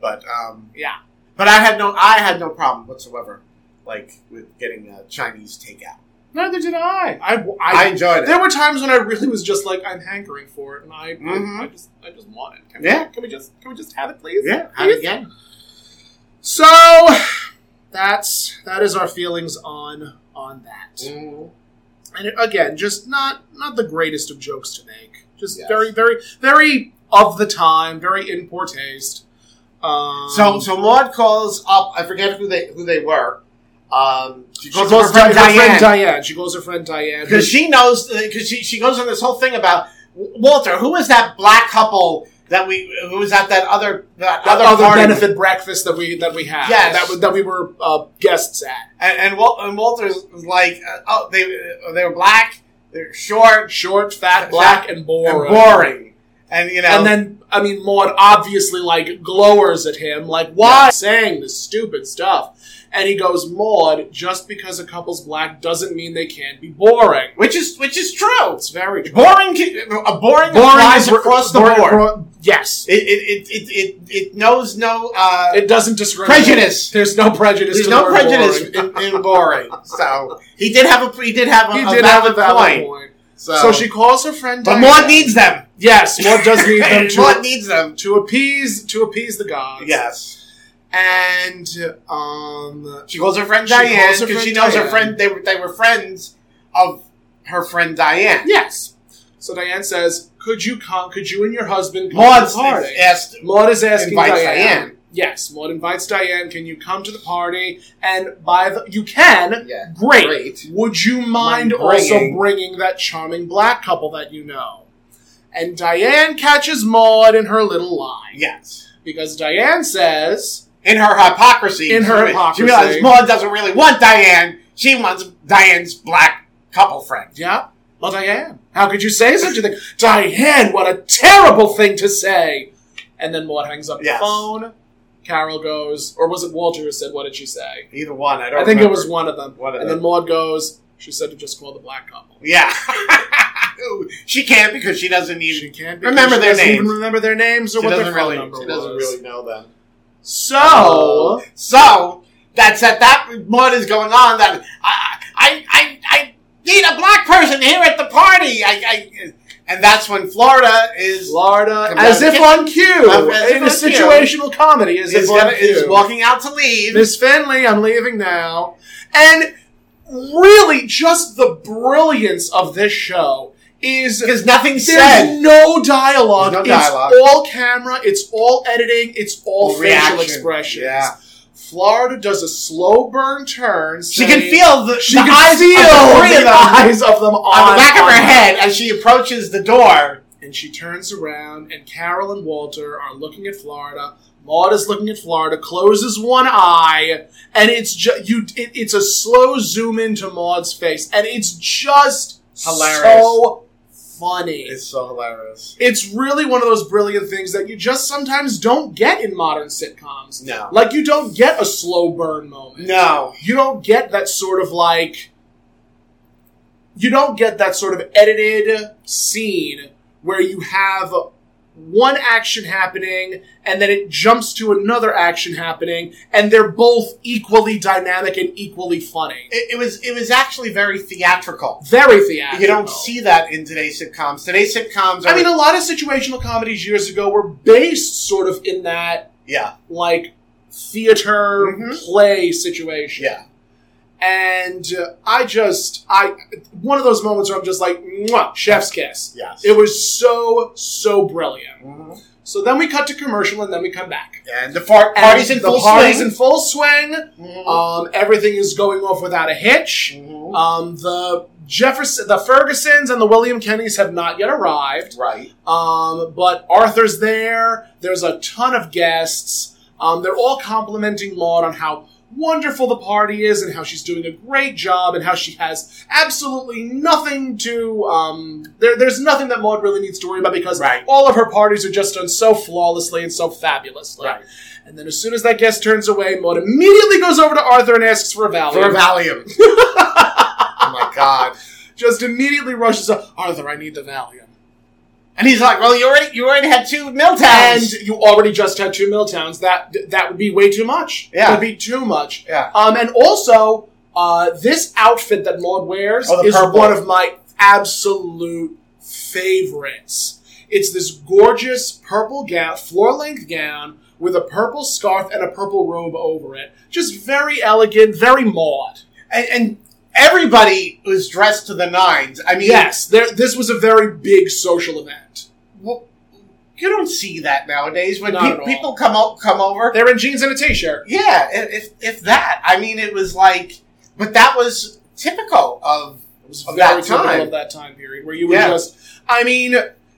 S3: but um,
S2: Yeah.
S3: but I had no I had no problem whatsoever, like with getting uh, Chinese takeout.
S2: Neither did I. I,
S3: I
S2: I-
S3: enjoyed it.
S2: there were times when I really was just like, I'm hankering for it, and I,
S3: Mhm.
S2: I, I just, I just want it. Can
S3: Yeah.
S2: We, can we just, can we just have it, please?
S3: Yeah, had
S2: Please?
S3: it again.
S2: So, that's that is our feelings on on that.
S3: Mm.
S2: and it, again, just not not the greatest of jokes to make. Just
S3: Yes.
S2: very, very, very of the time, very in poor taste. Um,
S3: So so Maud calls up. I forget who they who they were. Um, she
S2: she
S3: calls
S2: goes
S3: up her friend Diane.
S2: friend Diane. She goes her friend Diane
S3: because she knows because she, she goes on this whole thing about "W- Walter. Who was that black couple that we who was at that other that,
S2: that
S3: other,
S2: other
S3: party?
S2: benefit breakfast that we that we had.
S3: Yes.
S2: that we- that we were uh, guests at.
S3: And, and, Wal- and Walter's like, uh, oh, they uh, they were black, they're short
S2: Short, fat, black, and
S3: and
S2: boring.
S3: boring, and you know,
S2: And then, I mean, Maud obviously like glowers at him, like, why saying this stupid stuff? And he goes, Maud, just because a couple's black doesn't mean they can't be boring.
S3: which is which is true.
S2: It's very true.
S3: Boring, can, a
S2: Boring
S3: boring, applies
S2: is
S3: across the
S2: boring
S3: board.
S2: acro- yes.
S3: it, it, it, it, it, it knows no uh,
S2: It doesn't discriminate.
S3: prejudice.
S2: There's no prejudice.
S3: There's
S2: to the
S3: no
S2: word
S3: prejudice
S2: boring.
S3: in, in boring. So he did have a he did have a,
S2: He
S3: a
S2: did have
S3: valid
S2: a valid
S3: point.
S2: point.
S3: So,
S2: So she calls her friend.
S3: but
S2: Diana.
S3: Maud needs them.
S2: yes, Maud does
S3: (laughs)
S2: need them
S3: Maud
S2: to,
S3: needs them.
S2: to appease to appease the gods.
S3: Yes.
S2: and um,
S3: She calls her friend
S2: She
S3: Diane
S2: calls her
S3: because she
S2: friend
S3: knows her
S2: Diane.
S3: friend. They were they were friends of her friend Diane.
S2: yes. So Diane says, "Could you come? Could you and your husband come
S3: Maud
S2: to the party?"
S3: asked.
S2: Maud is asking
S3: Invites
S2: Diane.
S3: Diane.
S2: Yes, Maud invites Diane. Can you come to the party? And by the you can.
S3: Yeah.
S2: Great.
S3: Great.
S2: Would you mind
S3: Mind
S2: also
S3: bringing-
S2: bringing that charming black couple that you know? And Diane catches Maud in her little lie
S3: Yes.
S2: because Diane says,
S3: In her hypocrisy.
S2: In her
S3: she-
S2: hypocrisy.
S3: She realizes Maud doesn't really want Diane. She wants Diane's black couple friend.
S2: "Yeah, well, Diane, how could you say such a thing, Diane? What a terrible thing to say!" And then Maud hangs up
S3: Yes.
S2: the phone. Carol goes, or was it Walter who said, "What did she say?"
S3: Either one. I don't
S2: I think it
S3: remember.
S2: was one of them.
S3: One of
S2: and
S3: them.
S2: then Maud goes, she said to just call the black couple.
S3: (laughs) Yeah. (laughs) she can't because she doesn't even.
S2: She can't be-
S3: Remember
S2: she
S3: their
S2: doesn't
S3: names.
S2: Even remember their names or
S3: She
S2: what their
S3: doesn't
S2: phone
S3: really.
S2: number
S3: She doesn't
S2: was.
S3: really know them.
S2: So
S3: so that's at that what is going on. That I I I, I need a black person here at the party. I, I and that's when Florida is
S2: Florida,
S3: Come
S2: as
S3: down.
S2: if on cue,
S3: As if
S2: in a
S3: on
S2: situational comedy, as
S3: is,
S2: if on
S3: gonna- is
S2: cue.
S3: walking out to leave.
S2: Miss Finley, I'm leaving now. And really, just the brilliance of this show is
S3: because nothing
S2: There's
S3: said.
S2: no dialogue.
S3: There's no dialogue.
S2: It's all camera. It's all editing. It's all
S3: All
S2: facial
S3: reaction.
S2: expressions.
S3: Yeah.
S2: Florida does a slow burn turn.
S3: She
S2: saying-
S3: can feel the,
S2: She
S3: the
S2: can
S3: eyes
S2: feel
S3: of the three of them
S2: eyes of them
S3: on the
S2: on,
S3: back of
S2: on
S3: her head as she approaches the door.
S2: And she turns around, and Carol and Walter are looking at Florida. Maud is looking at Florida, closes one eye, and it's ju- you. It, it's a slow zoom into Maud's face, and it's just
S3: Hilarious.
S2: so funny.
S3: so hilarious.
S2: it's really one of those brilliant things that you just sometimes don't get in modern sitcoms.
S3: No.
S2: Like you don't get a slow burn moment.
S3: No.
S2: You don't get that sort of like you don't get that sort of edited scene where you have one action happening and then it jumps to another action happening and they're both equally dynamic and equally funny.
S3: It, it was it was actually very theatrical.
S2: Very theatrical.
S3: You don't see that in today's sitcoms. Today's sitcoms are
S2: I mean a lot of situational comedies years ago were based sort of in that
S3: yeah,
S2: like theater
S3: Mhm.
S2: play situation.
S3: yeah.
S2: And uh, I just, I one of those moments where I'm just like, Mwah, chef's kiss.
S3: Yes.
S2: It was so so brilliant.
S3: Mhm.
S2: So then we cut to commercial, and then we come back.
S3: And the far-
S2: And
S3: party's in
S2: the
S3: full
S2: party's
S3: swing.
S2: in full swing.
S3: Mhm.
S2: Um, everything is going off without a hitch.
S3: Mhm.
S2: Um, the Jefferson, the Fergusons, and the William Kennys have not yet arrived.
S3: right.
S2: Um, but Arthur's there. There's a ton of guests. Um, they're all complimenting Maud on how wonderful the party is and how she's doing a great job and how she has absolutely nothing to. Um, there, there's nothing that Maud really needs to worry about because
S3: Right.
S2: all of her parties are just done so flawlessly and so fabulously.
S3: Right.
S2: And then as soon as that guest turns away, Maud immediately goes over to Arthur and asks for a Valium.
S3: For
S2: (laughs)
S3: Valium. oh my god.
S2: just immediately rushes up. Arthur, I need the Valium.
S3: And he's like, "Well, you already you already had two
S2: and
S3: Milltowns."
S2: you already just had two Milltowns. That that would be way too much.
S3: Yeah.
S2: that would be too much.
S3: yeah.
S2: Um, and also, uh, this outfit that Maud wears
S3: Oh, the
S2: is
S3: purple.
S2: one of my absolute favorites. It's this gorgeous purple gown, floor length gown with a purple scarf and a purple robe over it. Just very elegant, very Maud.
S3: And, and everybody was dressed to the nines. I mean,
S2: Yes, there, this was a very big social event.
S3: w- you don't see that nowadays when
S2: Not
S3: pe-
S2: at all.
S3: people come o- come over.
S2: They're in jeans and a t-shirt.
S3: Yeah, i- if if that. I mean, it was like, but that was typical of
S2: It was
S3: Of
S2: very
S3: that
S2: typical
S3: time.
S2: of that time period where you were
S3: Yeah.
S2: just. I mean,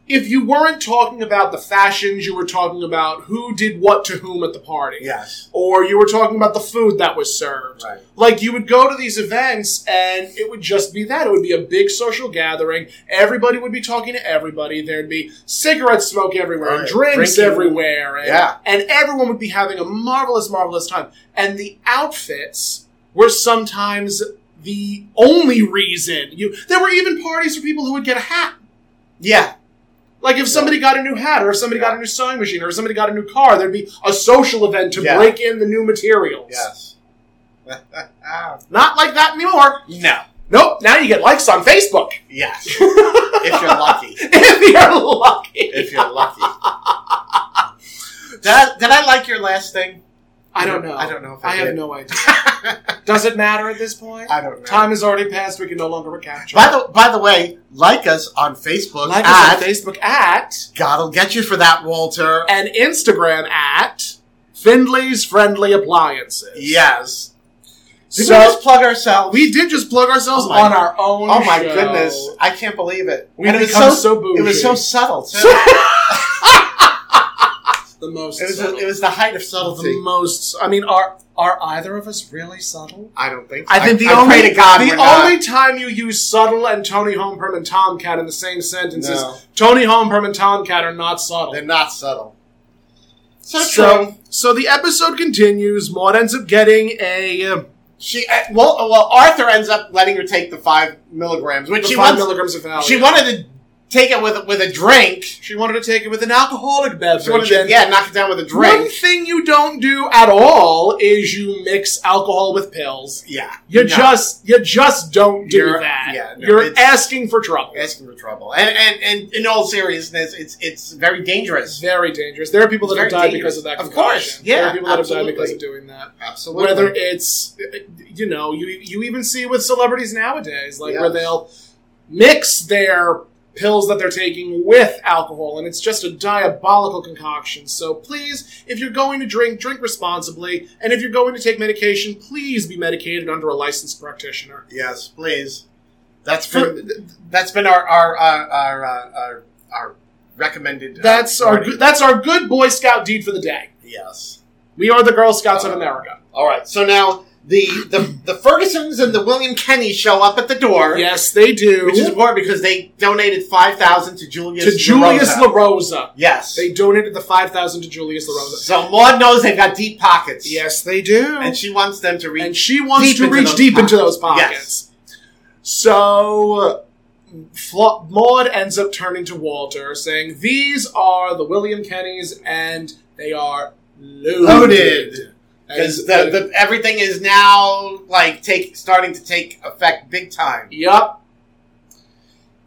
S2: if you weren't talking about the fashions, you were talking about who did what to whom at the party,
S3: yes,
S2: or you were talking about the food that was served.
S3: right.
S2: Like you would go to these events, and it would just be that. It would be a big social gathering. Everybody would be talking to everybody. There'd be cigarette smoke everywhere, and
S3: Right.
S2: drinks
S3: Drinking.
S2: everywhere, and,
S3: Yeah.
S2: and everyone would be having a marvelous, marvelous time. And the outfits were sometimes the only reason you. There were even parties for people who would get a hat.
S3: Yeah,
S2: Like if somebody got a new hat, or if somebody got a new sewing machine, or if somebody got a new car, there'd be a social event to
S3: Yeah.
S2: break in the new materials.
S3: yes.
S2: Not like that anymore.
S3: (laughs) no,
S2: Nope, now you get likes on Facebook. (laughs)
S3: (laughs) Yes. if you're lucky.
S2: if you're lucky.
S3: If you're lucky. did, I, did I like your last thing?
S2: I don't know.
S3: I don't know if I,
S2: I have
S3: did.
S2: no idea.
S3: (laughs)
S2: Does it matter at this point?
S3: I don't know.
S2: Time has already passed. We can no longer recapture.
S3: by the by the way, like us on Facebook
S2: like us
S3: at
S2: on Facebook at
S3: God'll get you for that, Walter.
S2: and Instagram at Findley's Friendly Appliances.
S3: Yes. Did
S2: So-
S3: we just plug ourselves?
S2: We did just plug ourselves
S3: Oh my-
S2: on our own.
S3: oh my
S2: show.
S3: goodness! I can't believe it.
S2: We
S3: and it was
S2: become
S3: so,
S2: so bougie.
S3: it was so subtle too.
S2: The most.
S3: it was
S2: subtle.
S3: it was the height of
S2: the
S3: subtlety.
S2: most. I mean, are are either of us really subtle?
S3: I don't think.
S2: I think the
S3: I
S2: only
S3: pray to God
S2: the
S3: we're not.
S2: only time you use subtle and Tony Homperm and Tomcat in the same sentence
S3: No.
S2: is Tony Homperm and Tomcat are not subtle.
S3: they're not subtle. So, true.
S2: so, so the episode continues. Maud ends up getting a uh,
S3: She uh, well uh, well Arthur ends up letting her take the five milligrams, which
S2: the
S3: she
S2: five
S3: wants.
S2: milligrams of Valium.
S3: She wanted to take it with with a drink.
S2: She wanted to take it with an alcoholic beverage.
S3: She wanted to
S2: and
S3: yeah knock it down with a drink.
S2: One thing you don't do at all is you mix alcohol with pills.
S3: Yeah,
S2: You
S3: No.
S2: just you just don't do
S3: You're-
S2: that.
S3: yeah, no,
S2: You're
S3: it's-
S2: asking for trouble.
S3: asking for trouble. And, and and in all seriousness, it's it's very
S2: It's
S3: dangerous.
S2: very dangerous. There are people that
S3: It's
S2: have
S3: very
S2: died because of that.
S3: dangerous. Of course,
S2: concoction.
S3: yeah,
S2: There are people that
S3: absolutely.
S2: have died because of doing that.
S3: Absolutely.
S2: Whether it's you know you you even see with celebrities nowadays, like
S3: Yeah.
S2: where they'll mix their pills that they're taking with alcohol, and it's just a diabolical concoction. So please, if you're going to drink, drink responsibly, and if you're going to take medication, please be medicated under a licensed practitioner.
S3: yes, please. That's
S2: For-
S3: been that's been our our our our, uh, our, our recommended. uh,
S2: That's our
S3: warning.
S2: good, that's our good Boy Scout deed for the day.
S3: yes.
S2: We are the Girl Scouts of America.
S3: All right. So now the the the Fergusons and the William Kennys show up at the door.
S2: Yes, they do.
S3: Which is more because they donated five thousand to Julius
S2: to Julius
S3: LaRosa.
S2: LaRosa.
S3: yes.
S2: They donated the 5000 to Julius LaRosa.
S3: so Maud knows they've got deep pockets.
S2: Yes, they do.
S3: And she wants them to reach.
S2: And she wants
S3: deep
S2: to
S3: into
S2: reach
S3: those
S2: deep into
S3: pockets.
S2: those pockets. So Fla- Maud ends up turning to Walter saying, "These are the William Kennys and they are loaded."
S3: Loaded.
S2: That
S3: Because
S2: is-
S3: the, the, everything is now like take starting to take effect big time.
S2: Yep.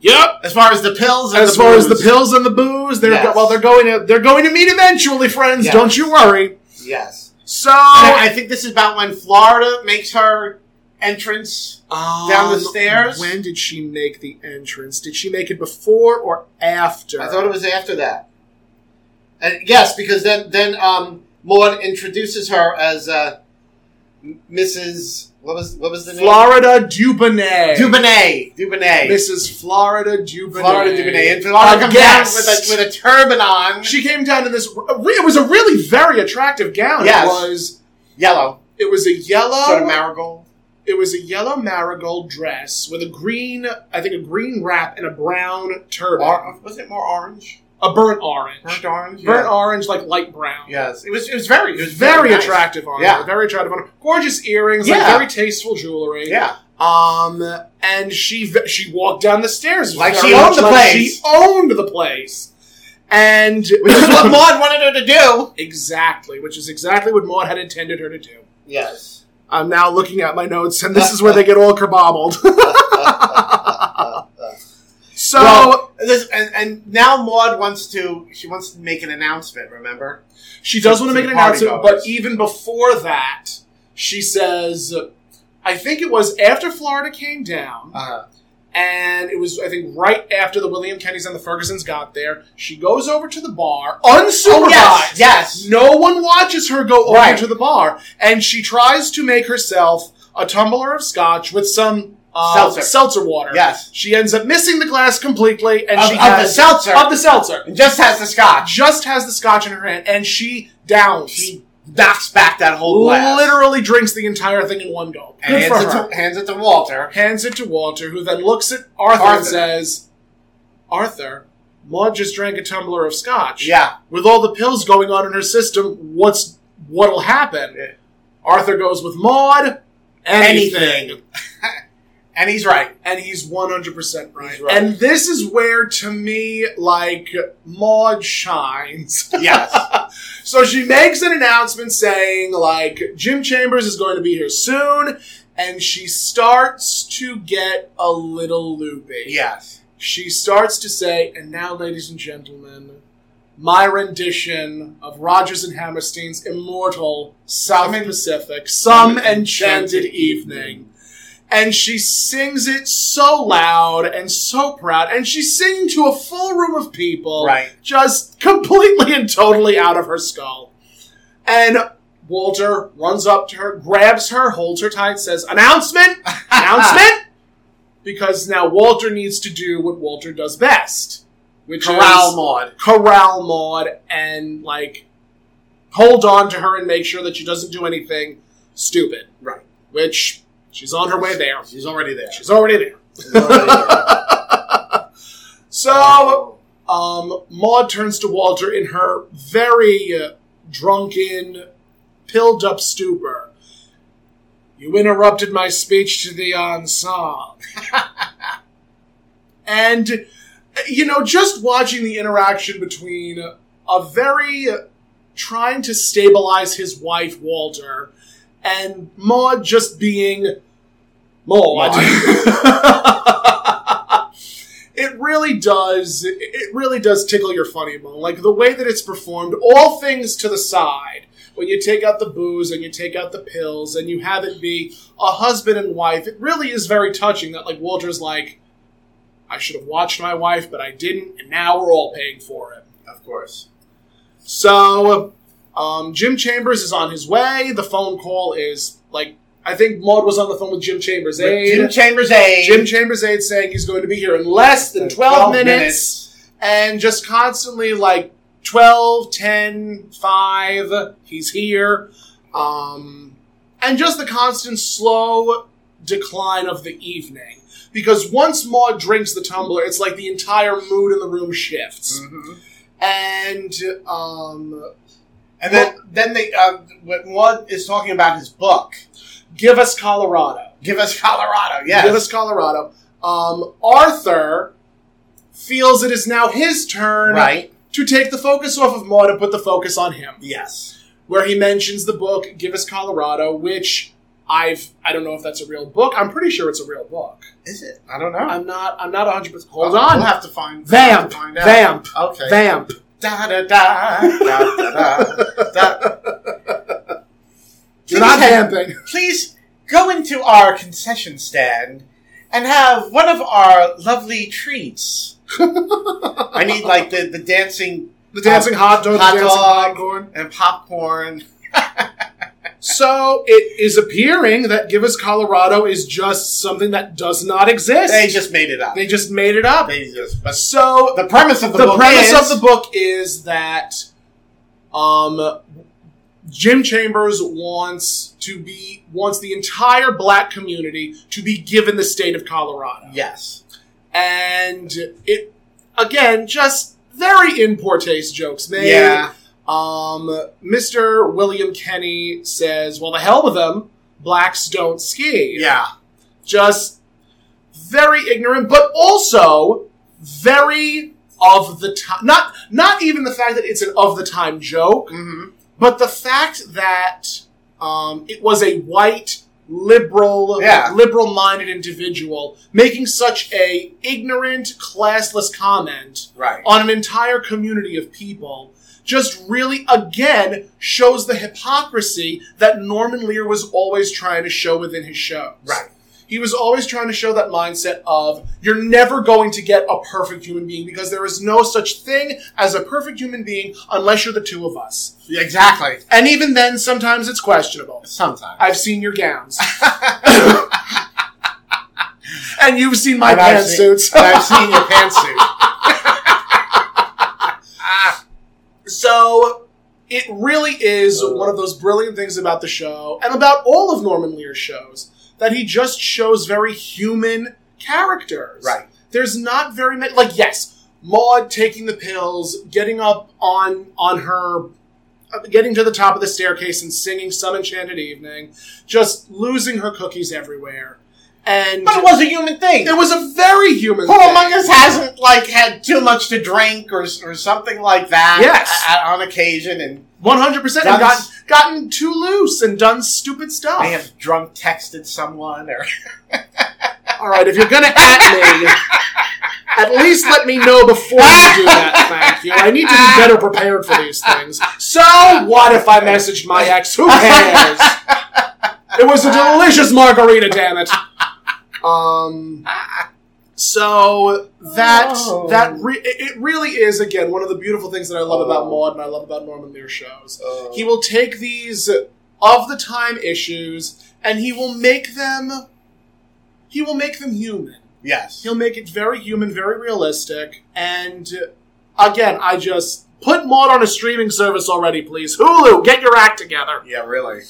S2: Yep.
S3: As far as the pills, and
S2: As
S3: the
S2: far as the
S3: booze.
S2: pills and the booze, they're
S3: Yes.
S2: well, they're going to they're going to meet eventually, friends.
S3: Yes.
S2: Don't you worry.
S3: yes.
S2: So
S3: And I think this is about when Florida makes her entrance. Down the stairs?
S2: um, When did she make the entrance? Did she make it before or after?
S3: I thought it was after that. And yes, because then then um, Maud introduces her as uh, M- Mrs. What was what was the
S2: Florida Dubonnet.
S3: name? Dubonnet. Dubonnet.
S2: Mrs. Florida Dubonnet.
S3: Florida Dubonnet. And Florida comes down
S2: guest.
S3: with a, with a turban on,
S2: She came down in this. uh, It was a really very attractive gown.
S3: Yes.
S2: It was.
S3: yellow,
S2: It was a yellow.
S3: sort of marigold.
S2: it was a yellow marigold dress with a green, I think, a green wrap and a brown turban,
S3: Or, was it more orange?
S2: a burnt orange,
S3: Burnt orange.
S2: Burnt orange like light brown.
S3: Yes, it was. It was very. It was
S2: Very
S3: nice.
S2: attractive on
S3: Yeah.
S2: her. Very attractive on her. Gorgeous earrings. Like
S3: Yeah.
S2: very tasteful jewelry. (laughs)
S3: Yeah,
S2: Um, and she v- she walked down the stairs
S3: Like
S2: very
S3: she owned
S2: much
S3: the
S2: like
S3: place.
S2: She owned the place, and
S3: (laughs) which is what Maud wanted her to do.
S2: (laughs) exactly, which is exactly what Maud had intended her to do.
S3: Yes.
S2: I'm now looking at my notes, and this is where they get all kerbobbled. (laughs) so
S3: well, this, and, and now Maud wants to. She wants to make an announcement. Remember?
S2: she does want
S3: to
S2: to make an
S3: the party
S2: announcement,
S3: goers.
S2: but even before that, she says, "I think it was after Florida came down."
S3: Uh-huh.
S2: and it was I think right after the William Kennys and the Fergusons got there. She goes over to the bar unsupervised.
S3: yes. oh Yes.
S2: No one watches her go over
S3: Right.
S2: to the bar, and she tries to make herself a tumbler of scotch with some uh,
S3: Seltzer.
S2: water.
S3: Yes.
S2: she ends up missing the glass completely, and
S3: Of,
S2: she
S3: of the
S2: has,
S3: seltzer,
S2: of the seltzer.
S3: and just has the scotch.
S2: Just has the scotch in her hand, and she downs.
S3: She knocks back that whole glass.
S2: literally drinks the entire thing in one gulp.
S3: And
S2: Good for
S3: hands
S2: her
S3: it, to, hands it to Walter.
S2: hands it to Walter, who then looks at Arthur,
S3: Arthur.
S2: and says, Arthur, Maud just drank a tumbler of scotch.
S3: Yeah.
S2: With all the pills going on in her system, what's what'll happen?
S3: Yeah.
S2: Arthur goes with Maud, anything.
S3: Anything. And he's right.
S2: And he's 100% right.
S3: He's right.
S2: And this is where, to me, like, Maud shines.
S3: Yes.
S2: (laughs) So she makes an announcement saying, like, Jim Chambers is going to be here soon, and she starts to get a little loopy.
S3: Yes.
S2: She starts to say, and now, ladies and gentlemen, my rendition of Rogers and Hammerstein's immortal South Pacific, Some Enchanted Evening. And she sings it so loud and so proud, and she's singing to a full room of people,
S3: Right.
S2: just completely and totally out of her skull. And Walter runs up to her, grabs her, holds her tight, says,
S3: (laughs)
S2: Announcement! Announcement! because now Walter needs to do what Walter does best, which
S3: Corral
S2: is
S3: Maud.
S2: corral Maud and like hold on to her and make sure that she doesn't do anything stupid.
S3: Right.
S2: Which she's on her way there.
S3: She's already there.
S2: She's already there.
S3: She's already there.
S2: So um, Maud turns to Walter in her very uh, drunken, pilled up stupor. You interrupted my speech to the ensemble. and, you know, just watching the interaction between a very trying to stabilize his wife, Walter, and Maud just being Maud. (laughs) it really does it really does tickle your funny bone like the way that it's performed all things to the side when you take out the booze and you take out the pills and you have it be a husband and wife it really is very touching that like walter's like i should have watched my wife but i didn't and now we're all paying for it
S3: (laughs) of course.
S2: so um, jim chambers is on his way the phone call is like i think maud was on the phone with jim chambers aide.
S3: Jim Chambers A.
S2: Jim Chambers' aide saying he's going to be here in less than 12, minutes, and just constantly like 12, 10, 5, he's here. Um, and just the constant slow decline of the evening. Because once Maud drinks the tumbler, it's like the entire mood in the room shifts.
S3: Mhm.
S2: And um,
S3: And then, then they, uh, when Maud is talking about his book,
S2: give us Colorado.
S3: Give Us Colorado, yes.
S2: Give us Colorado. Um, Arthur feels it is now his turn
S3: right?
S2: to take the focus off of Maud and put the focus on him.
S3: Yes.
S2: Where he mentions the book Give Us Colorado, which I've I don't know if that's a real book. I'm pretty sure it's a real book.
S3: Is it? I don't know.
S2: I'm not I'm not 100 percent Hold
S3: We'll
S2: on.
S3: have to find, we'll have
S2: Vamp.
S3: to find out.
S2: Vamp.
S3: Okay.
S2: Vamp.
S3: da da da da da
S2: (laughs)
S3: da. da.
S2: You're not vamping.
S3: Please go into our concession stand and have one of our
S2: (laughs)
S3: lovely treats. I need like the, the dancing
S2: The dancing hot dog,
S3: Hot
S2: the dancing
S3: dog.
S2: popcorn.
S3: and popcorn.
S2: So it is appearing that Give Us Colorado is just something that does not exist.
S3: They just made it up.
S2: They just made it up.
S3: They just. But
S2: So
S3: the premise of the,
S2: the,
S3: book
S2: premise
S3: is,
S2: of the book is that um, Jim Chambers wants to be wants the entire black community to be given the state of Colorado,
S3: yes,
S2: and it again just very in poor taste jokes made.
S3: yeah,
S2: Um, Mr. William Kenny says, "Well, the hell with them. Blacks don't ski."
S3: yeah,
S2: just very ignorant, but also very of the time. Not not even the fact that it's an of the time joke,
S3: hmm
S2: but the fact that um, it was a white liberal,
S3: Yeah.
S2: liberal minded individual making such a ignorant, classless comment
S3: right,
S2: on an entire community of people just really again shows the hypocrisy that Norman Lear was always trying to show within his shows.
S3: right,
S2: He was always trying to show that mindset of you're never going to get a perfect human being because there is no such thing as a perfect human being unless you're the two of us.
S3: exactly.
S2: And even then, sometimes it's questionable.
S3: Sometimes
S2: (laughs) I've seen your
S3: (laughs)
S2: gowns. and you've seen my
S3: And I've seen-
S2: pantsuits.
S3: and I've seen your pantsuit.
S2: So it really is
S3: Oh.
S2: one of those brilliant things about the show and about all of Norman Lear's shows that he just shows very human characters.
S3: Right.
S2: There's not very many. Like yes, Maud taking the pills, getting up on on her, uh, getting to the top of the staircase and singing "Some Enchanted Evening," just losing her cookies everywhere, and
S3: But it was a human thing.
S2: it was a very human.
S3: Who
S2: thing.
S3: among us hasn't like had too much to drink or, or something like that?
S2: Yes.
S3: a- a- on occasion, and
S2: one hundred percent, and
S3: Done
S2: gotten
S3: s-
S2: gotten too loose and done stupid stuff.
S3: I have drunk texted someone or
S2: All right, if you're gonna at me, at least let me know before you do that. Thank you. I need to be better prepared for these things. So what if I messaged my ex? Who cares? It was a delicious margarita, damn it. Um. So that
S3: Oh.
S2: that re- it it really is again one of the beautiful things that I love about Maud and I love about Norman Lear shows he will take these of the time issues and he will make them he will make them human
S3: yes.
S2: he'll make it very human very realistic and uh, again i just put maud on a streaming service already please hulu get your act together
S3: yeah, really.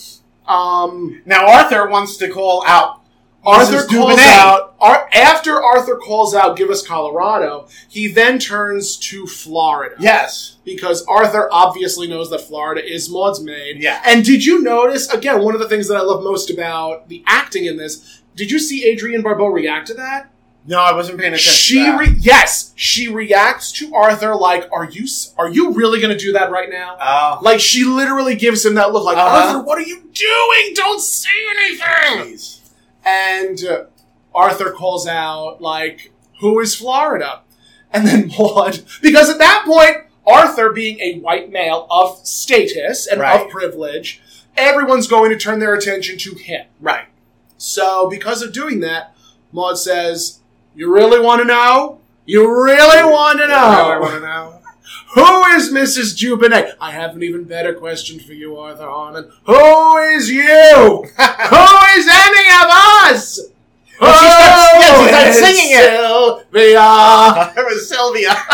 S2: um
S3: Now Arthur wants to call out
S2: arthur
S3: Mrs.
S2: calls
S3: Dubonnet.
S2: out ar- after arthur calls out give us colorado he then turns to florida
S3: Yes.
S2: because Arthur obviously knows that Florida is Maud's maid.
S3: Yeah.
S2: And did you notice again one of the things that I love most about the acting in this? Did you see Adrienne Barbeau react to that?
S3: No, I wasn't paying attention.
S2: She
S3: to that.
S2: re- yes, she reacts to Arthur like, "Are you s- are you really going to do that right now?"
S3: Oh,
S2: Like she literally gives him that look, like,
S3: Uh-huh.
S2: "Arthur, what are you doing? Don't say anything."
S3: jeez.
S2: And uh, Arthur calls out like, "Who is Florida?" And then (laughs) Maud, because at that point, Arthur, being a white male of status and
S3: Right.
S2: of privilege, everyone's going to turn their attention to him.
S3: Right.
S2: So, because of doing that, Maud says, "You really want to know? You really want to
S3: I
S2: know
S3: want to know.
S2: who is Mrs. Jubinet? I have an even better question for you, Arthur Harmon. Who is
S3: (laughs)
S2: you?" Who is any of us?
S3: Well, she starts- yeah, she starts
S2: it's
S3: singing it.
S2: Sylvia.
S3: it was Sylvia. (laughs)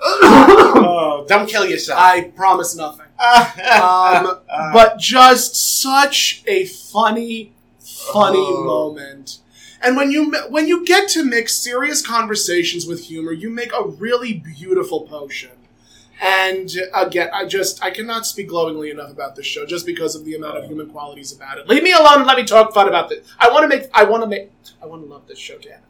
S3: oh, don't kill yourself. Uh,
S2: I promise nothing.
S3: (laughs)
S2: Um, but just such a funny, funny
S3: Oh.
S2: moment. And when you mi- when you get to mix serious conversations with humor, you make a really beautiful potion. And again, I just I cannot speak glowingly enough about this show just because of the amount of human qualities about it. Leave me alone. and Let me talk fun about this. I want to make. I want to make. I want to love this show, damn it.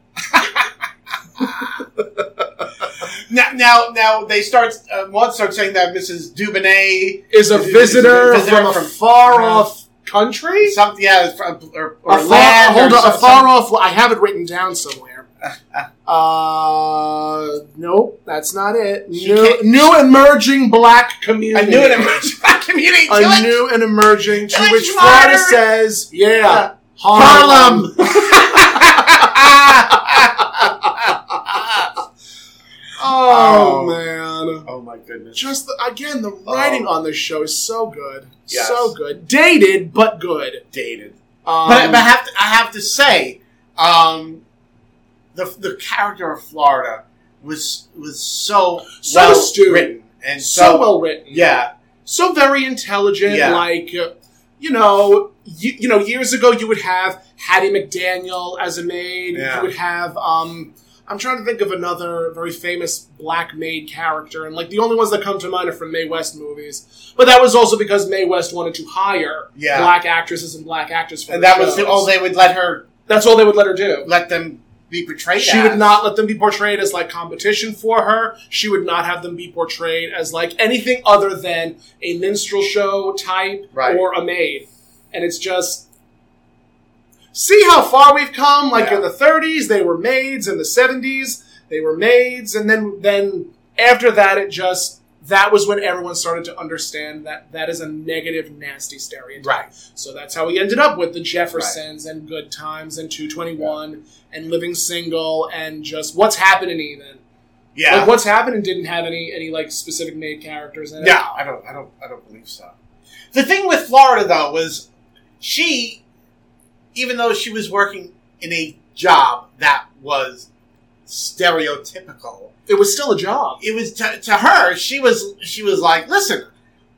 S3: now, now, now they start. Uh, Maud starts saying that Mrs. Dubonnet
S2: is a
S3: Is- is
S2: visitor,
S3: a visitor
S2: from, a
S3: from-
S2: far
S3: uh,
S2: off country.
S3: something, yeah, from, or, or
S2: a far,
S3: land
S2: hold
S3: or
S2: on, a
S3: some-
S2: far off. I have it written down
S3: (laughs)
S2: somewhere. Uh, nope, that's not it.
S3: She
S2: New,
S3: can't-
S2: new emerging black
S3: I
S2: community.
S3: knew it. emerging black community. (laughs)
S2: A
S3: do it.
S2: new and emerging to
S3: Do it,
S2: which
S3: Florida.
S2: Florida says, yeah,
S3: Yeah.
S2: Harlem. (laughs)
S3: (laughs)
S2: Oh,
S3: Oh.
S2: man.
S3: oh my goodness.
S2: Just the, again, the writing on this show is so good,
S3: Yes.
S2: so good, dated but good.
S3: Dated.
S2: Um,
S3: but, but I have to, I have to say, um, the the character of Florida was was so
S2: So
S3: well
S2: stupid.
S3: written and so,
S2: so well written.
S3: Yeah,
S2: so very intelligent.
S3: Yeah.
S2: Like, uh, you know, you, you know, years ago you would have Hattie McDaniel as a maid.
S3: Yeah.
S2: You would have, um, I'm trying to think of another very famous black maid character, and like the only ones that come to mind are from Mae West movies. But that was also because Mae West wanted to hire
S3: Yeah.
S2: black actresses and black actors. For
S3: and
S2: the
S3: that was
S2: shows.
S3: all they would let her
S2: That's all they would let her do.
S3: let them be portrayed.
S2: She
S3: as.
S2: would not let them be portrayed as like competition for her. She would not have them be portrayed as like anything other than a minstrel show type
S3: Right.
S2: or a maid. And it's just see how far we've come. Like
S3: Yeah.
S2: in the 30s, they were maids. In the 70s, they were maids. And then then after that, it just that was when everyone started to understand that that is a negative, nasty stereotype.
S3: Right.
S2: So that's how we ended up with the Jeffersons and Good Times and 221 and Living Single and just what's happening even.
S3: Yeah.
S2: Like what's happening didn't have any any like specific maid characters in it.
S3: No, I don't. I don't. I don't believe so. The thing with Florida though was she, even though she was working in a job that was stereotypical,
S2: It was still a job.
S3: it was to, to her. She was. She was like, listen,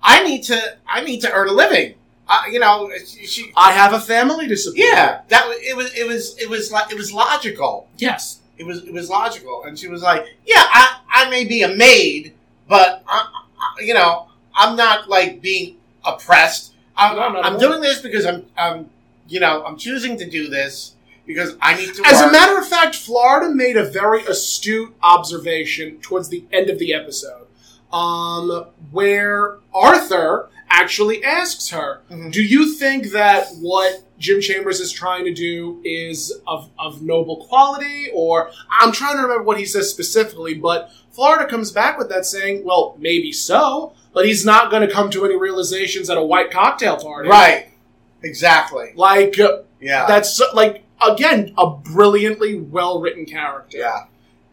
S3: I need to. I need to earn a living. Uh, you know, she. she
S2: I have a family to support.
S3: yeah, that wa- it was. It was. It was like. It was logical.
S2: Yes.
S3: It was. It was logical, and she was like, yeah, I. I may be a maid, but I, I, you know, I'm not like being oppressed. I'm,
S2: No, not at
S3: I'm
S2: all.
S3: doing this because I'm, I'm, you know, I'm choosing to do this because I need to.
S2: As a
S3: work.
S2: matter of fact, Florida made a very astute observation towards the end of the episode, um, where Arthur actually asks her,
S3: Mhm.
S2: "Do you think that what Jim Chambers is trying to do is of of noble quality?" Or I'm trying to remember what he says specifically, but Florida comes back with that saying, "Well, maybe so." But he's not going to come to any realizations at a white cocktail party,
S3: right, exactly.
S2: Like uh,
S3: Yeah,
S2: that's so- like again a brilliantly well written character.
S3: yeah.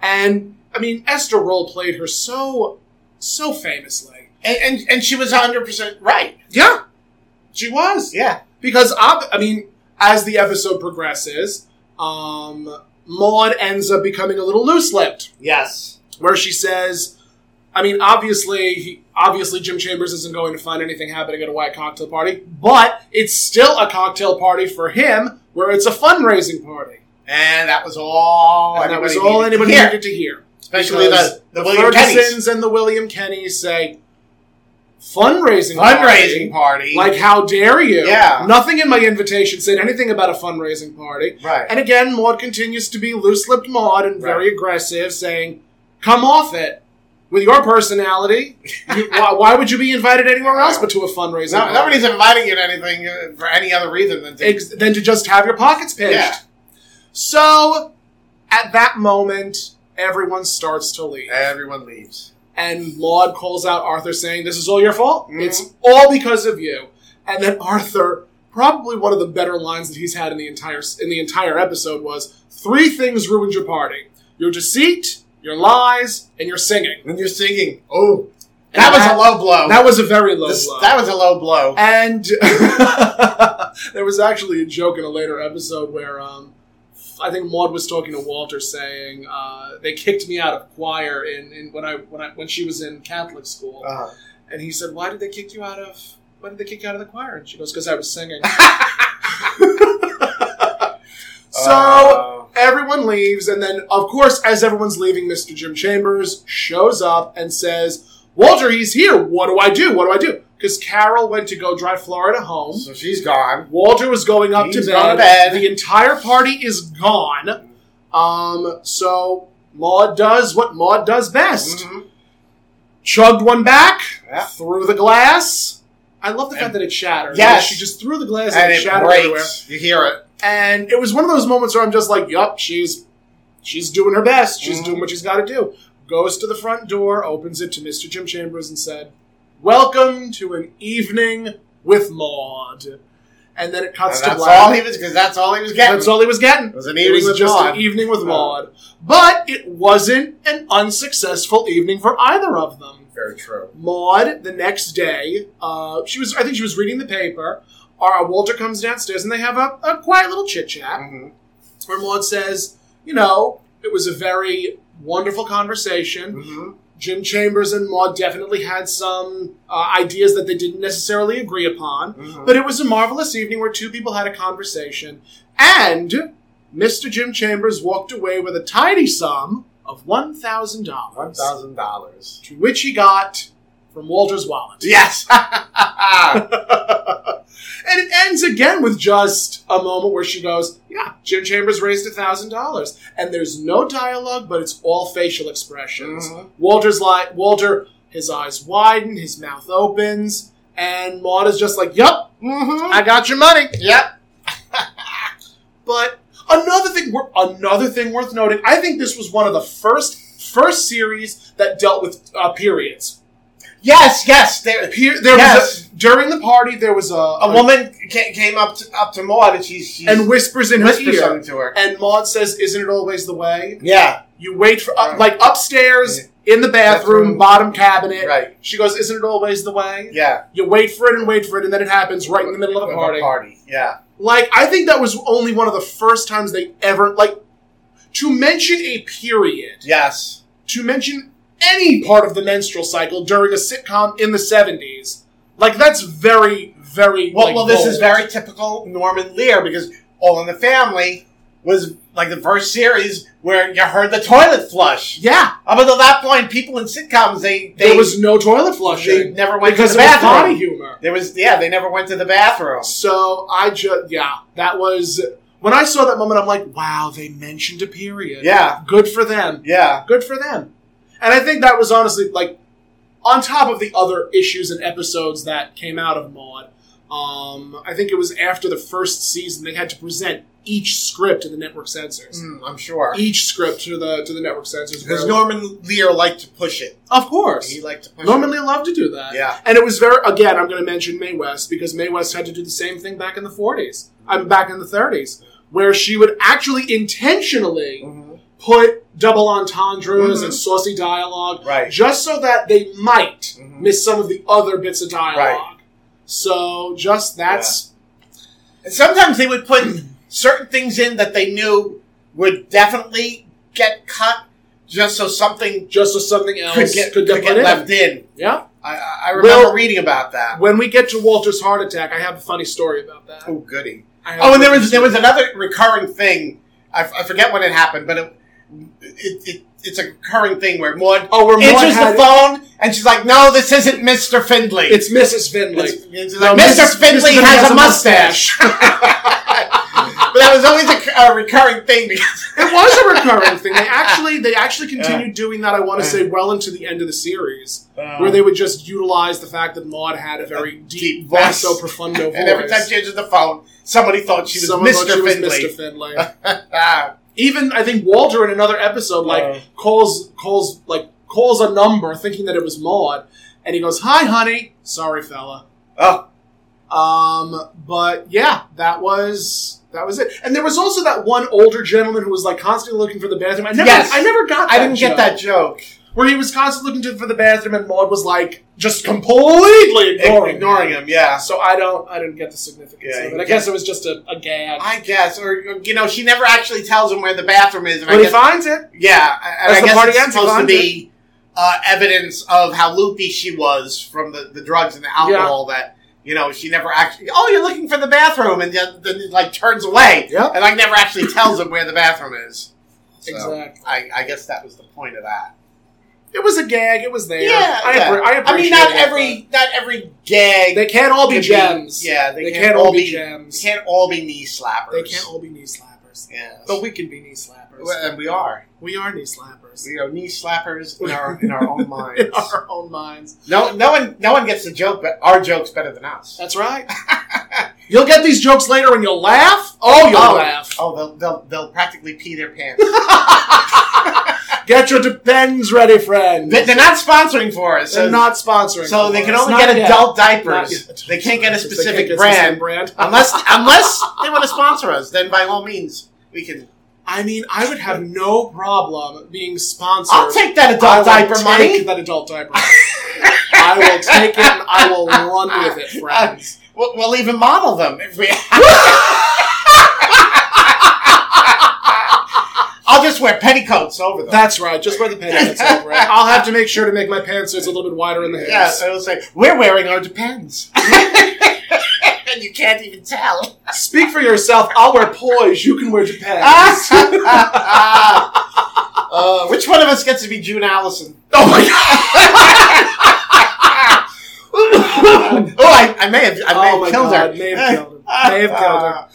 S2: And I mean Esther Roll played her so so famously.
S3: And and, and she was hundred percent right.
S2: Yeah, she was.
S3: Yeah,
S2: Because ob- I mean, as the episode progresses, um, Maud ends up becoming a little loose lipped,
S3: yes,
S2: where she says, "I mean, obviously, he, obviously Jim Chambers isn't going to find anything happening at a white cocktail party, but it's still a cocktail party for him, where it's a fundraising party."
S3: and that was all.
S2: and that was
S3: anybody
S2: all
S3: Oh, needed to
S2: anybody
S3: hear.
S2: needed to hear.
S3: especially
S2: because
S3: the the, William Pennys
S2: Ferguson's and the William Kennys say fundraising
S3: fundraising party.
S2: Like, how dare you?
S3: Yeah.
S2: Nothing in my invitation said anything about a fundraising party.
S3: right,
S2: And again, Maud continues to be loose-lipped Maud and very aggressive, saying, "Come off it." With your personality, you, why, why would you be invited anywhere else but to a fundraising?
S3: No,
S2: party?
S3: nobody's inviting you to anything uh, for any other reason than to
S2: ex- than to just have your pockets pinched.
S3: Yeah.
S2: So, at that moment, everyone starts to leave.
S3: everyone leaves.
S2: And Maud calls out Arthur saying, This is all your fault.
S3: Mhm.
S2: It's all because of you. And then Arthur, probably one of the better lines that he's had in the entire in the entire episode was three things ruined your party. Your deceit, your lies, and your singing.
S3: When you're singing, oh,
S2: And
S3: that was a low blow.
S2: That was a very low
S3: This-
S2: blow.
S3: that was a low blow.
S2: And (laughs) there was actually a joke in a later episode where um, I think Maud was talking to Walter, saying uh, they kicked me out of choir in, in when I when I when she was in Catholic school,
S3: Uh-huh.
S2: and he said, "Why did they kick you out of Why did they kick you out of the choir?" And she goes, "Because I was
S3: (laughs)
S2: singing." so.
S3: Uh,
S2: Everyone leaves, and then, of course, as everyone's leaving, Mr. Jim Chambers shows up and says, Walter, he's here. What do I do? What do I do? Because Carol went to go drive Florida home.
S3: uh, so she's gone.
S2: Walter was going up to
S3: He's
S2: bed.
S3: gone to bed.
S2: The entire party is gone. Um, so Maud does what Maud does best.
S3: Mhm.
S2: Chugged one back,
S3: Yeah.
S2: threw the glass. I love the fact
S3: And-
S2: that it shattered.
S3: Yes.
S2: Like, she just threw the glass and,
S3: And
S2: it
S3: it
S2: shattered everywhere.
S3: breaks. You hear it.
S2: And it was one of those moments where I'm just like, yup, she's she's doing her best. She's
S3: Mhm.
S2: doing what she's got to do. Goes to the front door, opens it to Mr. Jim Chambers, and said, "Welcome to an evening with Maud." And then it cuts
S3: And
S2: to
S3: that's
S2: black.
S3: all he was because that's all he was getting.
S2: That's all he was getting.
S3: It was an
S2: It
S3: evening
S2: was
S3: with
S2: just
S3: Maud.
S2: an evening with Maud. But it wasn't an unsuccessful evening for either of them.
S3: Very true.
S2: Maud, the next day, uh, she was I think she was reading the paper. Uh, Walter comes downstairs and they have a, a quiet little chit chat
S3: Mhm.
S2: where Maud says, you know, it was a very wonderful conversation.
S3: Mhm.
S2: Jim Chambers and Maud definitely had some uh, ideas that they didn't necessarily agree upon.
S3: Mhm.
S2: But it was a marvelous evening where two people had a conversation, and Mr. Jim Chambers walked away with a tidy sum of one thousand
S3: One
S2: dollars,
S3: thousand dollars.
S2: to which he got from Walter's wallet.
S3: Yes. (laughs) Mm-hmm. yeah.
S2: And it ends again with just a moment where she goes, "Yeah, Jim Chambers raised a thousand dollars," and there's no dialogue, but it's all facial expressions.
S3: Mhm.
S2: Walter's like Walter, his eyes widen, his mouth opens, and Maud is just like, "Yup, I got your money."
S3: Mm-hmm. Yep.
S2: But another thing, wor- another thing worth noting, I think this was one of the first first series that dealt with uh, periods.
S3: Yes. Yes. There,
S2: Pe- there was
S3: Yes.
S2: a, during the party there was a,
S3: a woman ca- came up to, up to Maud and she's, she's
S2: and whispers in her
S3: whispered
S2: ear,
S3: something to her.
S2: and Maud says, "Isn't it always the way?"
S3: Yeah.
S2: You wait for uh,
S3: Right.
S2: like upstairs in the bathroom,
S3: Bathroom.
S2: bottom cabinet.
S3: Right.
S2: She goes, "Isn't it always the way?"
S3: Yeah.
S2: You wait for it and wait for it, and then it happens right in the middle of a party.
S3: party. Yeah.
S2: Like, I think that was only one of the first times they ever like to mention a period.
S3: Yes.
S2: to mention any part of the menstrual cycle during a sitcom in the 70s. Like, that's very, very.
S3: Well,
S2: like,
S3: well, this is
S2: bold.
S3: very typical Norman Lear because All in the Family was like the first series where you heard the toilet flush.
S2: Yeah,
S3: Up until that point, people in sitcoms they they
S2: there was no toilet flushing.
S3: they never went
S2: because
S3: to
S2: of
S3: the
S2: was body
S3: bathroom.
S2: humor.
S3: There was yeah, they never went to the bathroom.
S2: So, I just. Yeah, that was. When I saw that moment, I'm like, wow, they mentioned a period.
S3: Yeah.
S2: Good for them.
S3: Yeah.
S2: Good for them. And I think that was honestly like on top of the other issues and episodes that came out of Maud. Um, I think it was after the first season they had to present each script to the network censors.
S3: Mm, I'm sure.
S2: Each script to the to the network censors.
S3: Because
S2: where-
S3: Norman Lear liked to push it.
S2: of course,
S3: He liked to push
S2: Norman
S3: it.
S2: Lee loved to do that.
S3: Yeah.
S2: And it was very, again, I'm going to mention Mae West because Mae West had to do the same thing back in the 40s. I'm back in the 30s, where she would actually intentionally put double entendres
S3: Mhm.
S2: and saucy dialogue
S3: Right.
S2: just so that they might
S3: Mhm.
S2: miss some of the other bits of dialogue. So just that's.
S3: And sometimes they would put certain things in that they knew would definitely get cut just so something
S2: Just so something else
S3: could get, could
S2: get
S3: get
S2: put in.
S3: left in.
S2: Yeah.
S3: I, I- I remember
S2: Well-
S3: reading about that.
S2: When we get to Walter's heart attack, I have a funny story about that.
S3: Oh, goody.
S2: I have
S3: Oh, and
S2: a-
S3: there was there was another recurring thing. I, f- I forget when it happened, but it, it, it it's a recurring thing where Maud
S2: Oh, where Maud
S3: answers the
S2: had-
S3: phone and she's like, "No, this isn't Mister Findlay."
S2: It's Mrs. Finley.
S3: It's- it's like,
S2: No,
S3: Mr.
S2: Mrs.
S3: Findlay
S2: Mrs.
S3: has a mustache. (laughs) but that was always a, c- a recurring thing because
S2: It was a recurring thing. They actually they actually continued doing that. I want to say well into the end of the series, where they would just utilize the fact that Maud had a very deep,
S3: Um, deep voice. (laughs)
S2: basso profundo voice.
S3: and every time she answered the phone, somebody thought she was
S2: Someone thought
S3: Mr.
S2: she was
S3: Findlay.
S2: Mr.
S3: (laughs)
S2: Finlay.
S3: Ah,
S2: Even I think Walter in another episode like
S3: Uh.
S2: calls calls like calls a number thinking that it was Maud, and he goes, "Hi, honey. Sorry, fella."
S3: oh,
S2: Um, but yeah, that was that was it. And there was also that one older gentleman who was like constantly looking for the bathroom. I never,
S3: Yes.
S2: I never got. That
S3: I didn't
S2: joke.
S3: get that joke.
S2: where he was constantly looking to, for the bathroom, and Maud was like just completely ignoring,
S3: Ignoring him, yeah.
S2: So I don't, I didn't get the significance
S3: Yeah,
S2: of
S3: you
S2: it. I guess it was just a, a gag.
S3: I guess, or you know, she never actually tells him where the bathroom is. And
S2: but
S3: I
S2: he
S3: guess,
S2: finds it.
S3: yeah, I- and
S2: As
S3: I
S2: the
S3: guess
S2: party
S3: it's
S2: ends, he
S3: supposed to
S2: finds
S3: be uh, evidence of how loopy she was from the, the drugs and the alcohol that you know she never actually. Oh, you're looking for the bathroom, and then, then it, like turns away,
S2: Yep.
S3: and like never actually tells him where the bathroom is. So,
S2: Exactly.
S3: I, I guess that was the point of that.
S2: It was a gag. It was there. I,
S3: yeah.
S2: appre- I,
S3: I mean,
S2: appreciate
S3: not
S2: it,
S3: every not every gag.
S2: but They can't all be
S3: could
S2: gems.
S3: yeah,
S2: They, can't, all be, gems.
S3: They can't all be knee slappers.
S2: They can't all be knee slappers.
S3: Yes.
S2: But we can be knee slappers.
S3: Well, um, and we are.
S2: we are knee slappers
S3: you know, knee slappers in our in our (laughs) own
S2: (laughs)
S3: minds.
S2: in our own minds.
S3: No, no one, no one gets the joke, but our joke's better than us.
S2: That's
S3: (laughs)
S2: right. you'll get these jokes later, and you'll laugh. Oh, you'll
S3: Oh.
S2: laugh.
S3: Oh, they'll they'll, they'll practically pee their (laughs) pants.
S2: Get your depends ready, friend.
S3: They- They're not sponsoring for us, so,
S2: They're not sponsoring.
S3: so they
S2: for
S3: can
S2: us.
S3: only
S2: Not
S3: get
S2: yet.
S3: adult
S2: Not
S3: diapers.
S2: yet.
S3: They can't get a
S2: They can't
S3: specific
S2: get
S3: brand,
S2: specific brand.
S3: unless unless they want to sponsor us. Then by all means, we can.
S2: I mean, I would have no problem being sponsored.
S3: I'll take that
S2: I
S3: adult
S2: will
S3: diaper
S2: take
S3: money.
S2: That adult
S3: (laughs)
S2: diaper. money. I will take it. and I will run with it,
S3: (laughs)
S2: friends.
S3: We'll, we'll even model them
S2: (laughs)
S3: if we. I'll just wear petticoats over them.
S2: That's right. Just wear the pants over
S3: (laughs)
S2: it. I'll have to make sure to make my pantsuits a little bit wider in the hips.
S3: Yeah, so it'll say, we're wearing our depends. (laughs) and you can't even
S2: (laughs)
S3: tell.
S2: Speak for yourself. I'll wear poise. You can wear Japan's.
S3: (laughs) uh, which one of us gets to be June
S2: (laughs)
S3: Allison?
S2: (laughs) oh my god.
S3: (laughs) oh, I, I may have, I may
S2: oh
S3: have
S2: my
S3: killed
S2: god.
S3: her.
S2: May have killed him. May have killed her.
S3: Uh,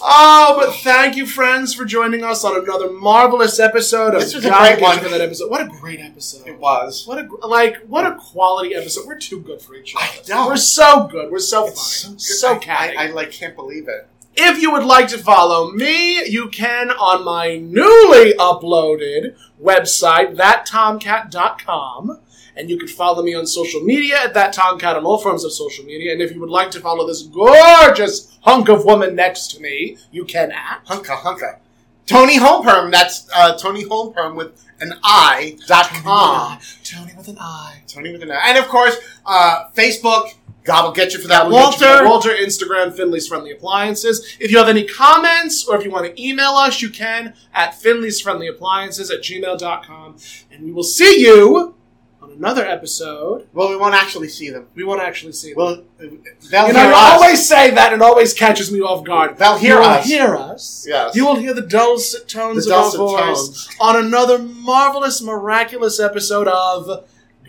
S2: Oh, but thank you, friends, for joining us on another marvelous episode of
S3: This was a
S2: God
S3: great
S2: Gives
S3: one.
S2: Me That episode. What a great episode!
S3: (laughs) It was.
S2: What a gr- like what a quality episode. We're too good for each other.
S3: I know.
S2: We're so good. We're so
S3: It's so,
S2: funny.
S3: good.
S2: So,
S3: I-
S2: catty.
S3: I, I, like can't believe it.
S2: If you would like to follow me, you can on my newly uploaded website, thattomcat.com. And you can follow me on social media at that Tomcat on all forms of social media. And if you would like to follow this gorgeous hunk of woman next to me, you can at
S3: Hunka hunka. Tony Holmperm. That's uh, Tony Holmperm with an I dot com.
S2: Tony with an I.
S3: Tony with an I. And of course, uh, Facebook. God will get you for that.
S2: We'll get you that.
S3: Walter.
S2: Walter, Instagram, Finley's Friendly Appliances. If you have any comments or if you want to email us, you can at Finley's Friendly Appliances at gmail.com. And we will see you on another episode.
S3: Well, we won't actually see them.
S2: We won't actually see them.
S3: Well, they'll
S2: you know,
S3: hear
S2: you
S3: us.
S2: always say that and it always catches me off guard.
S3: They'll hear
S2: you
S3: us.
S2: Will hear us.
S3: Yes.
S2: You will hear the dulcet tones
S3: The
S2: of
S3: dulcet
S2: our voice
S3: tones.
S2: on another marvelous, miraculous episode of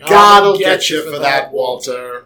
S3: God'll get you for that,
S2: Walter.